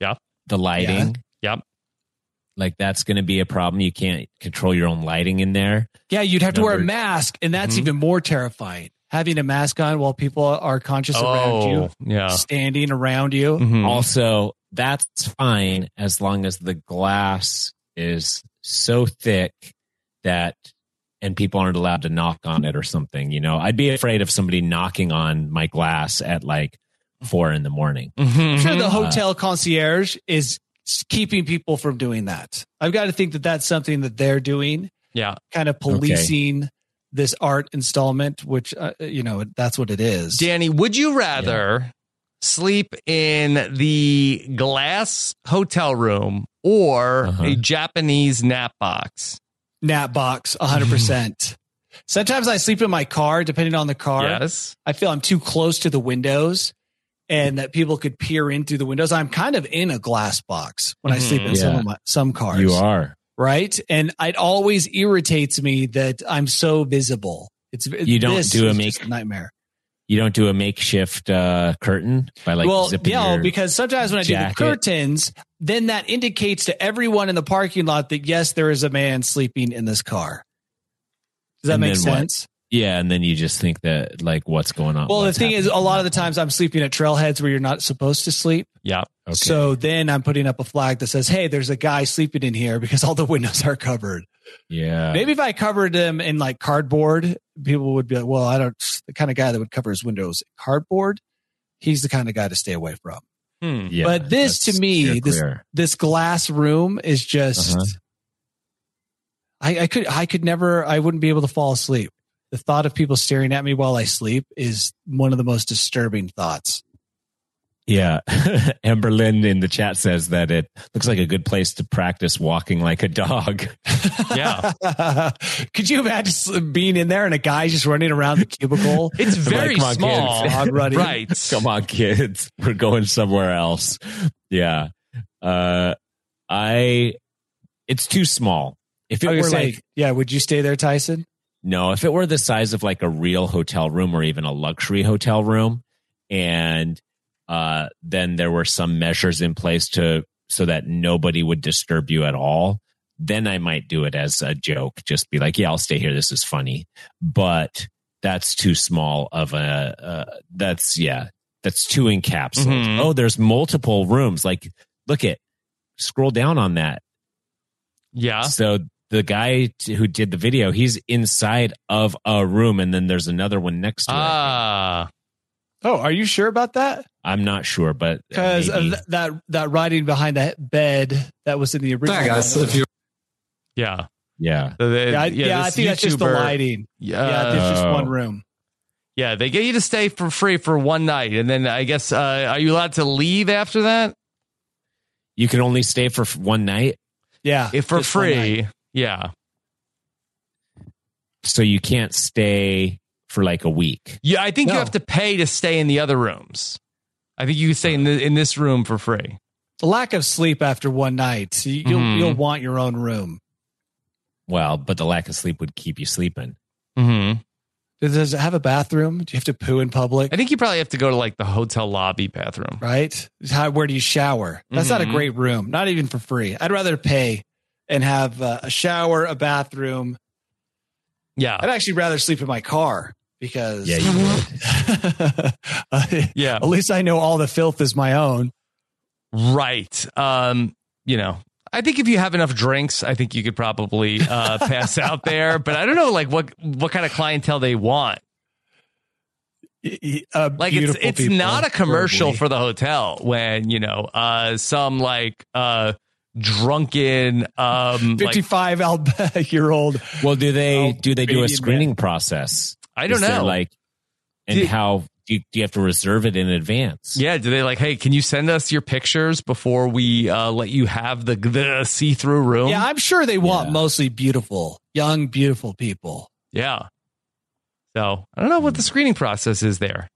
Speaker 1: Yeah.
Speaker 3: The lighting.
Speaker 1: Yep.
Speaker 3: Like that's going to be a problem. You can't control your own lighting in there.
Speaker 4: Yeah, you'd have to wear a
Speaker 3: Number-
Speaker 4: mask, and that's
Speaker 1: Mhm.
Speaker 4: even more terrifying. Having a mask on while people are conscious around you,
Speaker 1: Oh, yeah.
Speaker 4: standing around you.
Speaker 1: Mhm.
Speaker 3: Also, that's fine as long as the glass is so thick that and people aren't allowed to knock on it or something. You know, I'd be afraid of somebody knocking on my glass at like four in the morning.
Speaker 1: Mhm.
Speaker 4: I'm sure the
Speaker 3: Mhm.
Speaker 4: hotel concierge is s- keeping people from doing that. I've got to think that that's something that they're doing,
Speaker 1: Yeah.
Speaker 4: kind of policing this art installment, which, uh, you know, that's what it is.
Speaker 1: Danny, would you rather sleep in the glass hotel room or
Speaker 3: Uh-huh.
Speaker 1: a Japanese nap box?
Speaker 4: Nap box, 100%. Sometimes I sleep in my car, depending on the car.
Speaker 1: Yes.
Speaker 4: I feel I'm too close to the windows and that people could peer in through the windows. I'm kind of in a glass box when I sleep in
Speaker 3: Mhm.
Speaker 4: some
Speaker 3: Yeah.
Speaker 4: of my, some cars.
Speaker 3: You are.
Speaker 4: right? And it always irritates me that I'm so visible. It's
Speaker 3: You don't
Speaker 4: this
Speaker 3: do a
Speaker 4: is
Speaker 3: make-
Speaker 4: just nightmare.
Speaker 3: You don't do a makeshift uh, curtain by like
Speaker 4: well,
Speaker 3: zipping
Speaker 4: yeah,
Speaker 3: your-
Speaker 4: because sometimes when I do the
Speaker 3: jacket.
Speaker 4: curtains, then that indicates to everyone in the parking lot that yes, there is a man sleeping in this car. Does that
Speaker 3: And
Speaker 4: make
Speaker 3: then what?
Speaker 4: sense?
Speaker 3: yeah, and then you just think that like what's going on.
Speaker 4: Well, the
Speaker 3: what's
Speaker 4: thing is, a
Speaker 3: happening.
Speaker 4: lot of the times I'm sleeping at trailheads where you're not supposed to sleep.
Speaker 1: Yeah.
Speaker 3: Okay.
Speaker 4: So then I'm putting up a flag that says, "Hey, there's a guy sleeping in here because all the windows are covered."
Speaker 3: yeah,
Speaker 4: Maybe if I covered them in like cardboard, people would be like, well, I don't, the kind of guy that would cover his windows in cardboard, he's the kind of guy to stay away from.
Speaker 1: Hmm.
Speaker 3: Yeah,
Speaker 4: but this to
Speaker 3: that's
Speaker 4: me,
Speaker 3: steer
Speaker 4: this-
Speaker 3: clear.
Speaker 4: This glass room is just,
Speaker 3: Uh-huh.
Speaker 4: I, I could, I could never, I wouldn't be able to fall asleep. The thought of people staring at me while I sleep is one of the most disturbing thoughts.
Speaker 3: Yeah. Amber Lynn in the chat says that it looks like a good place to practice walking like a dog.
Speaker 1: Yeah.
Speaker 4: could you imagine being in there and a guy just running around the cubicle?
Speaker 1: It's very
Speaker 3: come on,
Speaker 1: small.
Speaker 3: kids.
Speaker 4: Dog running.
Speaker 1: Right.
Speaker 3: Come on, kids. We're going somewhere else. Yeah. Uh, I, it's too small. If it
Speaker 4: I
Speaker 3: were
Speaker 4: was gonna say,
Speaker 3: like,
Speaker 4: yeah, would you stay there, Tyson?
Speaker 3: no, if it were the size of like a real hotel room or even a luxury hotel room, and uh, then there were some measures in place to so that nobody would disturb you at all, then I might do it as a joke. Just be like, yeah, I'll stay here. This is funny. But that's too small of a, uh, that's, yeah, that's too encapsulated.
Speaker 1: Mhm.
Speaker 3: Oh, there's multiple rooms. Like, look at, scroll down on that.
Speaker 1: Yeah.
Speaker 3: So the guy t- who did the video, he's inside of a room, and then there's another one next to it.
Speaker 1: Ah.
Speaker 4: Oh, are you sure about that?
Speaker 3: I'm not sure, but uh,
Speaker 4: Because
Speaker 3: maybe.
Speaker 4: th- that that writing behind that bed that was in the original.
Speaker 1: yeah.
Speaker 3: yeah,
Speaker 1: So they-
Speaker 4: yeah, I, yeah, I
Speaker 1: this
Speaker 4: think that's just the
Speaker 1: YouTuber-
Speaker 4: lighting.
Speaker 1: Yeah.
Speaker 4: Yeah, there's just
Speaker 3: Oh.
Speaker 4: one room.
Speaker 1: yeah. They get you to stay for free for one night. And then I guess, uh, are you allowed to leave after that?
Speaker 3: you can only stay for f- one night,
Speaker 4: Yeah,
Speaker 1: If for
Speaker 4: just one night.
Speaker 1: free. Yeah.
Speaker 3: so you can't stay for like a week.
Speaker 1: Yeah, I think you
Speaker 4: No.
Speaker 1: have to pay to stay in the other rooms. I think you can stay in, the, in this room for free.
Speaker 4: The lack of sleep after one night, you, you'll
Speaker 1: Mhm.
Speaker 4: you'll want your own room.
Speaker 3: Well, but the lack of sleep would keep you sleeping.
Speaker 1: Mm-hmm.
Speaker 4: Does, does it have a bathroom? Do you have to poo in public?
Speaker 1: I think you probably have to go to like the hotel lobby bathroom.
Speaker 4: Right? How, where do you shower? That's not a
Speaker 1: Mhm.
Speaker 4: great room. Not even for free. I'd rather pay and have uh, a shower, a bathroom.
Speaker 1: Yeah.
Speaker 4: I'd actually rather sleep in my car because
Speaker 3: Yeah, you
Speaker 4: Uh,
Speaker 1: Yeah.
Speaker 4: At least I know all the filth is my own.
Speaker 1: Right. Um, you know, I think if you have enough drinks, I think you could probably uh, pass out there. But I don't know, like what what kind of clientele they want.
Speaker 4: Uh,
Speaker 1: Like it's
Speaker 4: beautiful
Speaker 1: it's
Speaker 4: people,
Speaker 1: not a commercial
Speaker 4: probably.
Speaker 1: for the hotel when you know uh, some like uh, drunken um, like,
Speaker 4: 55 al- year old.
Speaker 3: Well, do they
Speaker 4: Oh,
Speaker 3: do they do
Speaker 4: Canadian
Speaker 3: a
Speaker 4: man.
Speaker 3: screening process?
Speaker 1: I don't
Speaker 3: Is there,
Speaker 1: know.
Speaker 3: like, and
Speaker 1: Do-
Speaker 3: how do you, do you have to reserve it in advance?
Speaker 1: Yeah, do they like, hey, can you send us your pictures before we uh, let you have the the see through room?
Speaker 4: Yeah, I'm sure they want
Speaker 3: Yeah.
Speaker 4: mostly beautiful, young, beautiful people.
Speaker 1: Yeah. So I don't know
Speaker 4: Hmm.
Speaker 1: what the screening process is there.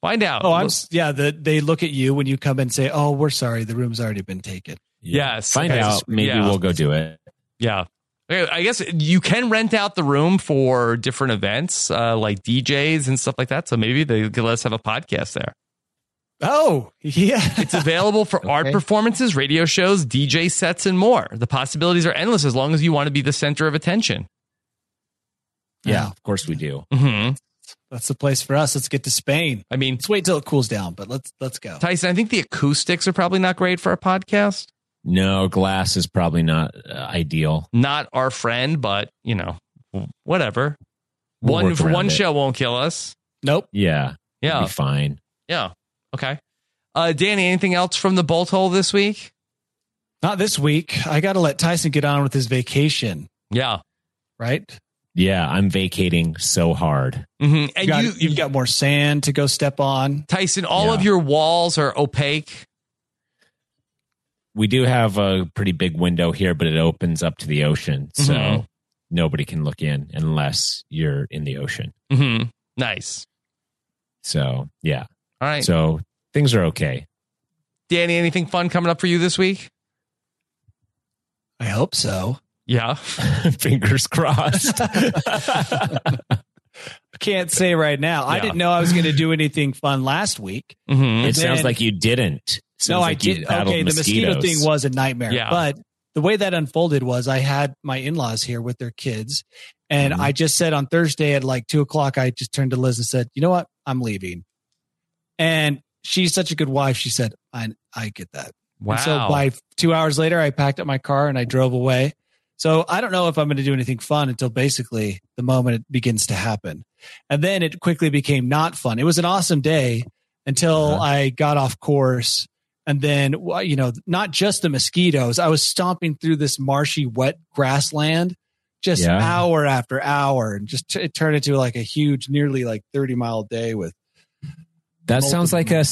Speaker 1: Find out.
Speaker 4: Oh, I'm s- yeah. The, they look at you when you come and say, "Oh, we're sorry, the room's already been taken."
Speaker 1: Yes.
Speaker 3: Find
Speaker 1: Okay.
Speaker 3: out. Maybe
Speaker 1: Yeah.
Speaker 3: we'll go do it.
Speaker 1: yeah. Okay, I guess you can rent out the room for different events, uh, like DJs and stuff like that. So maybe they could let us have a podcast there.
Speaker 4: Oh, yeah.
Speaker 1: It's available for art performances, radio shows, DJ sets, and more. The possibilities are endless as long as you want to be the center of attention.
Speaker 4: Yeah.
Speaker 3: Of course we do.
Speaker 1: hmm
Speaker 4: That's the place for us. Let's get to Spain.
Speaker 1: I mean,
Speaker 4: Let's wait till it cools down, but let's let's go.
Speaker 1: Tyson, I think the acoustics are probably not great for a podcast.
Speaker 3: No, glass is probably not uh, ideal.
Speaker 1: Not our friend, but you know, whatever.
Speaker 3: We'll
Speaker 1: one
Speaker 3: work around
Speaker 1: one
Speaker 3: it.
Speaker 1: show won't kill us.
Speaker 4: Nope.
Speaker 3: Yeah.
Speaker 1: Yeah,
Speaker 3: it'll Be fine.
Speaker 1: yeah. Okay. Uh, Danny, anything else from the bolt hole this week?
Speaker 4: Not this week. I got to let Tyson get on with his vacation,
Speaker 1: Yeah.
Speaker 4: right?
Speaker 3: Yeah. I'm vacating so hard.
Speaker 1: hmm And
Speaker 4: You got,
Speaker 1: you,
Speaker 4: you, have got more sand to go step on.
Speaker 1: Tyson, all of
Speaker 3: Yeah.
Speaker 1: your walls are opaque.
Speaker 3: We do have a pretty big window here, but it opens up to the ocean. So
Speaker 4: Mm-hmm.
Speaker 1: Mhm.
Speaker 3: nobody can look in unless you're in the ocean.
Speaker 1: hmm Nice.
Speaker 3: So, yeah.
Speaker 1: All right,
Speaker 3: So things are okay.
Speaker 1: Danny, anything fun coming up for you this week?
Speaker 4: I hope so.
Speaker 1: Yeah.
Speaker 3: Fingers crossed.
Speaker 4: Can't say right now. I
Speaker 1: Yeah.
Speaker 4: didn't know I was going to do anything fun last week.
Speaker 1: hmm
Speaker 3: It sounds
Speaker 4: then-
Speaker 3: like you didn't. Sounds
Speaker 4: no,
Speaker 3: like
Speaker 4: I
Speaker 3: you
Speaker 4: did.
Speaker 3: battled
Speaker 4: Okay, the mosquito thing was a nightmare.
Speaker 1: Yeah.
Speaker 4: But the way that unfolded was I had my in laws here with their kids. And
Speaker 3: Mhm.
Speaker 4: I just said on Thursday at like two o'clock, I just turned to Liz and said, You know what? I'm leaving. And she's such a good wife. She said, I, I get that.
Speaker 1: Wow.
Speaker 4: And so by two hours later, I packed up my car and I drove away. So I don't know if I'm going to do anything fun until basically the moment it begins to happen. And then it quickly became not fun. It was an awesome day until
Speaker 3: Uh-huh.
Speaker 4: I got off course. And then, wh- you know, not just the mosquitoes, I was stomping through this marshy, wet grassland just
Speaker 3: Yeah.
Speaker 4: hour after hour and just t- it turned into like a huge, nearly like 30 mile day with
Speaker 3: That sounds like a s-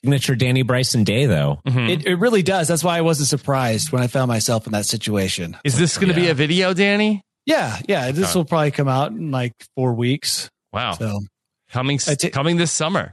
Speaker 3: signature Danny Bryson day, though.
Speaker 1: Mhm.
Speaker 4: it. It really does. That's why I wasn't surprised when I found myself in that situation.
Speaker 1: Is this going to be
Speaker 3: Yeah.
Speaker 1: a video, Danny?
Speaker 4: Yeah, yeah. This
Speaker 1: Alright.
Speaker 4: will probably come out in like four weeks.
Speaker 1: Wow.
Speaker 4: So
Speaker 1: coming
Speaker 4: I ta-
Speaker 1: coming this summer.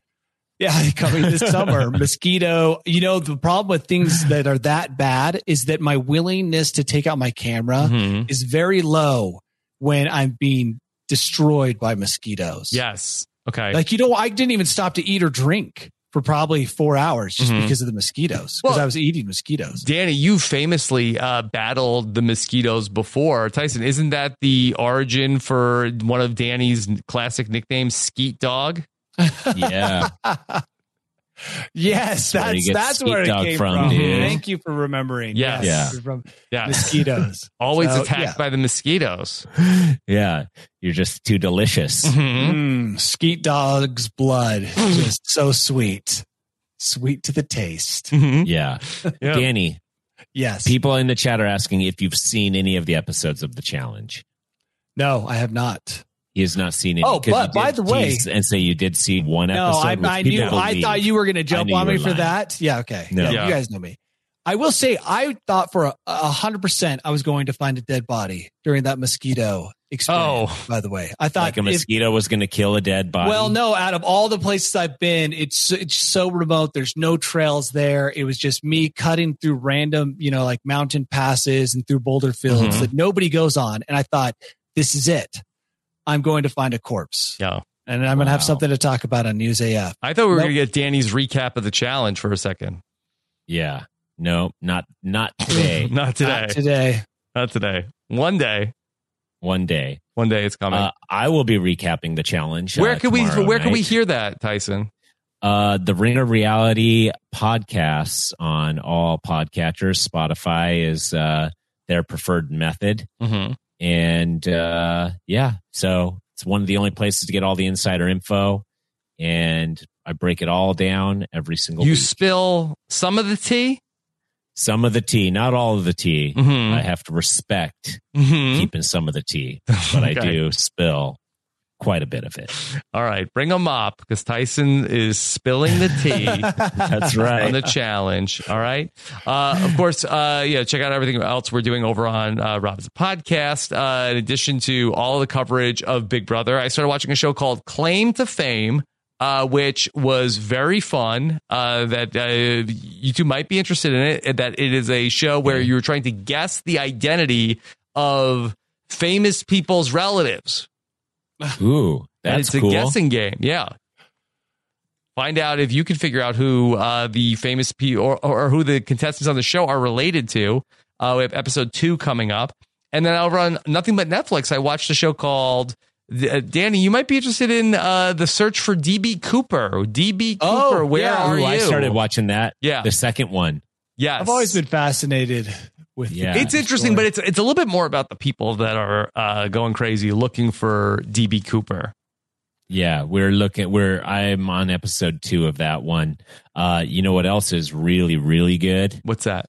Speaker 4: yeah, coming this summer. Mosquito. You know, the problem with things that are that bad is that my willingness to take out my camera
Speaker 1: Mhm.
Speaker 4: is very low when I'm being destroyed by mosquitoes.
Speaker 1: Yes. Okay.
Speaker 4: Like, you know, I didn't even stop to eat or drink for probably four hours just
Speaker 1: Mhm.
Speaker 4: because of the mosquitoes. Because
Speaker 1: Well-
Speaker 4: I was eating mosquitoes.
Speaker 1: Danny, you famously uh, battled the mosquitoes before. Tyson, isn't that the origin for one of Danny's classic nicknames, Skeet Dog?
Speaker 3: Yeah.
Speaker 4: Yes,
Speaker 3: where
Speaker 4: that's
Speaker 3: you get
Speaker 4: that's where it
Speaker 3: skeet dog
Speaker 4: came
Speaker 3: from,
Speaker 4: from.
Speaker 1: dude.
Speaker 4: Thank you for remembering.
Speaker 1: Yes.
Speaker 3: Yeah.
Speaker 4: From
Speaker 1: Yeah.
Speaker 4: mosquitoes.
Speaker 1: Always
Speaker 4: So,
Speaker 1: attacked
Speaker 4: yeah.
Speaker 1: by the mosquitoes.
Speaker 3: yeah. You're just too delicious.
Speaker 1: Mhm.
Speaker 4: Mm, skeet dog's blood. Just so sweet. Sweet to the
Speaker 3: Hmm.
Speaker 4: taste.
Speaker 1: Mhm.
Speaker 3: Yeah.
Speaker 1: Yeah.
Speaker 3: Danny,
Speaker 4: Yes.
Speaker 3: people in the chat are asking if you've seen any of the episodes of the challenge.
Speaker 4: no, I have not.
Speaker 3: He has not seen any.
Speaker 4: Oh,
Speaker 3: 'cause you
Speaker 4: but
Speaker 3: did
Speaker 4: by the way-
Speaker 3: tease and say you did see one
Speaker 4: No,
Speaker 3: episode.
Speaker 4: I,
Speaker 3: which
Speaker 4: I knew.
Speaker 3: people
Speaker 4: I
Speaker 3: believe.
Speaker 4: thought you were going to jump
Speaker 3: knew
Speaker 4: on
Speaker 3: you
Speaker 4: me
Speaker 3: were
Speaker 4: for
Speaker 3: lying.
Speaker 4: that. Yeah. Okay.
Speaker 3: No.
Speaker 4: Yeah,
Speaker 1: Yeah.
Speaker 4: You guys know me. I will say I thought for a, a hundred percent I was going to find a dead body during that mosquito experience.
Speaker 1: Oh.
Speaker 4: by the way, I thought
Speaker 3: like a
Speaker 4: if-
Speaker 3: mosquito was going to kill a dead body.
Speaker 4: Well, no, out of all the places I've been, it's it's so remote. There's no trails there. It was just me cutting through random, you know, like mountain passes and through boulder fields
Speaker 1: Mhm.
Speaker 4: that nobody goes on. And I thought, this is it. I'm going to find a corpse.
Speaker 1: Yeah.
Speaker 4: And I'm going to have
Speaker 3: Wow.
Speaker 4: something to talk about on News AF.
Speaker 1: I thought we were
Speaker 4: Nope.
Speaker 1: going to get Danny's recap of the challenge for a second.
Speaker 3: Yeah. No, not not today.
Speaker 1: Not today.
Speaker 4: Not today.
Speaker 1: Not today. One day.
Speaker 3: one day.
Speaker 1: One day it's coming.
Speaker 3: Uh, I will be recapping the challenge.
Speaker 1: where
Speaker 3: uh,
Speaker 1: can we
Speaker 3: tomorrow
Speaker 1: where can we
Speaker 3: night.
Speaker 1: hear that, Tyson?
Speaker 3: Uh, Uh, the Ring of Reality podcasts on all podcatchers. Spotify is uh, their preferred method.
Speaker 1: Mm-hmm.
Speaker 3: And uh, yeah, so it's one of the only places to get all the insider info. And I break it all down every single
Speaker 1: You
Speaker 3: week.
Speaker 1: spill some of the tea.
Speaker 3: Some of the tea, not all of the tea.
Speaker 1: Mhm.
Speaker 3: I have to respect
Speaker 1: Mhm.
Speaker 3: keeping some of the tea, but I
Speaker 1: Okay.
Speaker 3: do spill quite a bit of it.
Speaker 1: All right, bring them up because Tyson is spilling the tea.
Speaker 3: That's
Speaker 1: on
Speaker 3: right.
Speaker 1: the challenge. All right. Uh, of course, uh, yeah, check out everything else we're doing over on uh, Robin's podcast. Uh, in addition to all the coverage of Big Brother, I started watching a show called Claim to Fame. Uh, which was very fun. Uh, that uh, you two might be interested in it. That it is a show where you're trying to guess the identity of famous people's relatives.
Speaker 3: Ooh,
Speaker 1: And
Speaker 3: that's
Speaker 1: it's
Speaker 3: cool.
Speaker 1: a guessing game. Yeah. Find out if you can figure out who uh, the famous P or, or who the contestants on the show are related to. Uh, we have episode two coming up. And then over on Nothing But Netflix, I watched a show called uh, Danny. You might be interested in uh, the search for DB Cooper. DB Cooper,
Speaker 4: Oh,
Speaker 1: where
Speaker 4: yeah.
Speaker 1: are
Speaker 3: Ooh,
Speaker 1: you?
Speaker 3: I started watching that.
Speaker 1: Yeah.
Speaker 3: The second one.
Speaker 1: Yes.
Speaker 4: I've always been fascinated with.
Speaker 3: Yeah.
Speaker 1: It's interesting, but it's it's a little bit more about the people that are uh, going crazy looking for DB Cooper.
Speaker 3: Yeah, we're looking we're I'm on episode 2 of that one. Uh you know what else is really really good?
Speaker 1: What's that?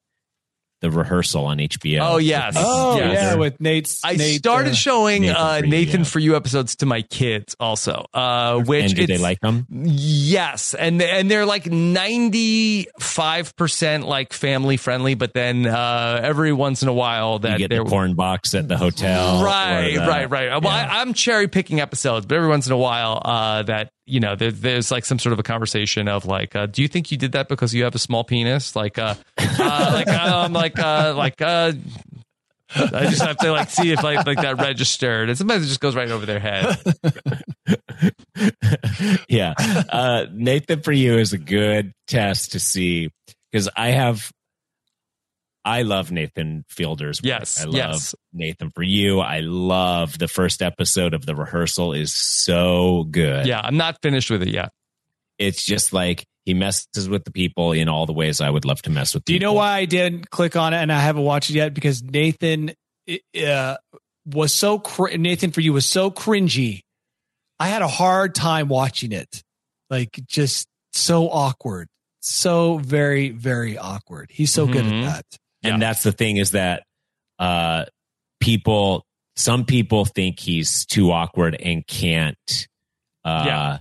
Speaker 3: The rehersal on HBO.
Speaker 1: Oh, yes.
Speaker 4: oh
Speaker 1: Yes.
Speaker 4: yeah, with Nate's.
Speaker 1: I
Speaker 4: Nate,
Speaker 1: started
Speaker 4: uh,
Speaker 1: showing
Speaker 3: Nathan
Speaker 1: uh,
Speaker 3: for You,
Speaker 1: Nathan
Speaker 3: yeah.
Speaker 1: for You episodes to my kids also, uh, which
Speaker 3: and do they
Speaker 1: it's-
Speaker 3: like them?
Speaker 1: Yes, and and they're like ninety five percent like family friendly, but then uh, every once in a while
Speaker 3: You
Speaker 1: that
Speaker 3: get
Speaker 1: they're
Speaker 3: the porn box at the hotel. or
Speaker 1: right,
Speaker 3: the-
Speaker 1: right, right. Well,
Speaker 3: yeah.
Speaker 1: I, I'm cherry picking episodes, but every once in a while, uh, that you know, there, there's like some sort of a conversation of like, uh, do you think you did that because you have a small penis? Like, uh, uh, like um, like uh, like uh. I just have to like see if like like that registered, and sometimes it just goes right over their head.
Speaker 3: yeah. Uh, Nathan for you is a good test to see because I have, I love Nathan Fielder's. work.
Speaker 1: Yes,
Speaker 3: I love
Speaker 1: yes.
Speaker 3: Nathan for you. I love the first episode of the rehearsal is so good.
Speaker 1: Yeah, I'm not finished with it yet.
Speaker 3: It's just like he messes with the people in all the ways I would love to mess with.
Speaker 4: Do you know
Speaker 3: people.
Speaker 4: why I didn't click on it and I haven't watched it yet? Because Nathan uh, was so cr- Nathan for you was so cringy. I had a hard time watching it, like just so awkward, so very very awkward. He's so good
Speaker 1: Mhm.
Speaker 4: at that.
Speaker 3: And that's the thing is that, uh, people, some people think he's too awkward and can't, uh,
Speaker 1: Yeah.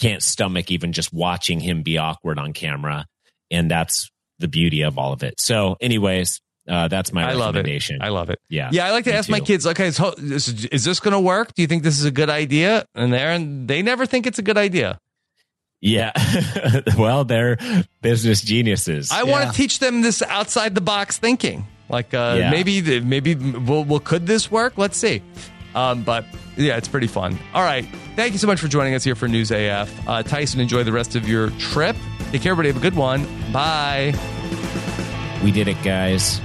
Speaker 3: can't stomach even just watching him be awkward on camera. And that's the beauty of all of it. So, anyways, uh, that's my
Speaker 1: I love it.
Speaker 3: recommendation.
Speaker 1: I love it.
Speaker 3: yeah.
Speaker 1: Yeah, I like to
Speaker 3: me
Speaker 1: ask my
Speaker 3: too.
Speaker 1: kids, okay, so is, is this going to work? Do you think this is a good idea? And they're they never think it's a good idea.
Speaker 3: Yeah. well, they're business geniuses.
Speaker 1: I want
Speaker 4: Yeah.
Speaker 1: to teach them this outside the box thinking. Like uh,
Speaker 3: Yeah.
Speaker 1: maybe the- maybe well, well could this work? Let's see. Um, but yeah, it's pretty fun. All right, thank you so much for joining us here for News AF. Uh, Tyson, enjoy the rest of your trip. Take care, everybody. Have a good one. Bye.
Speaker 3: we did it, guys.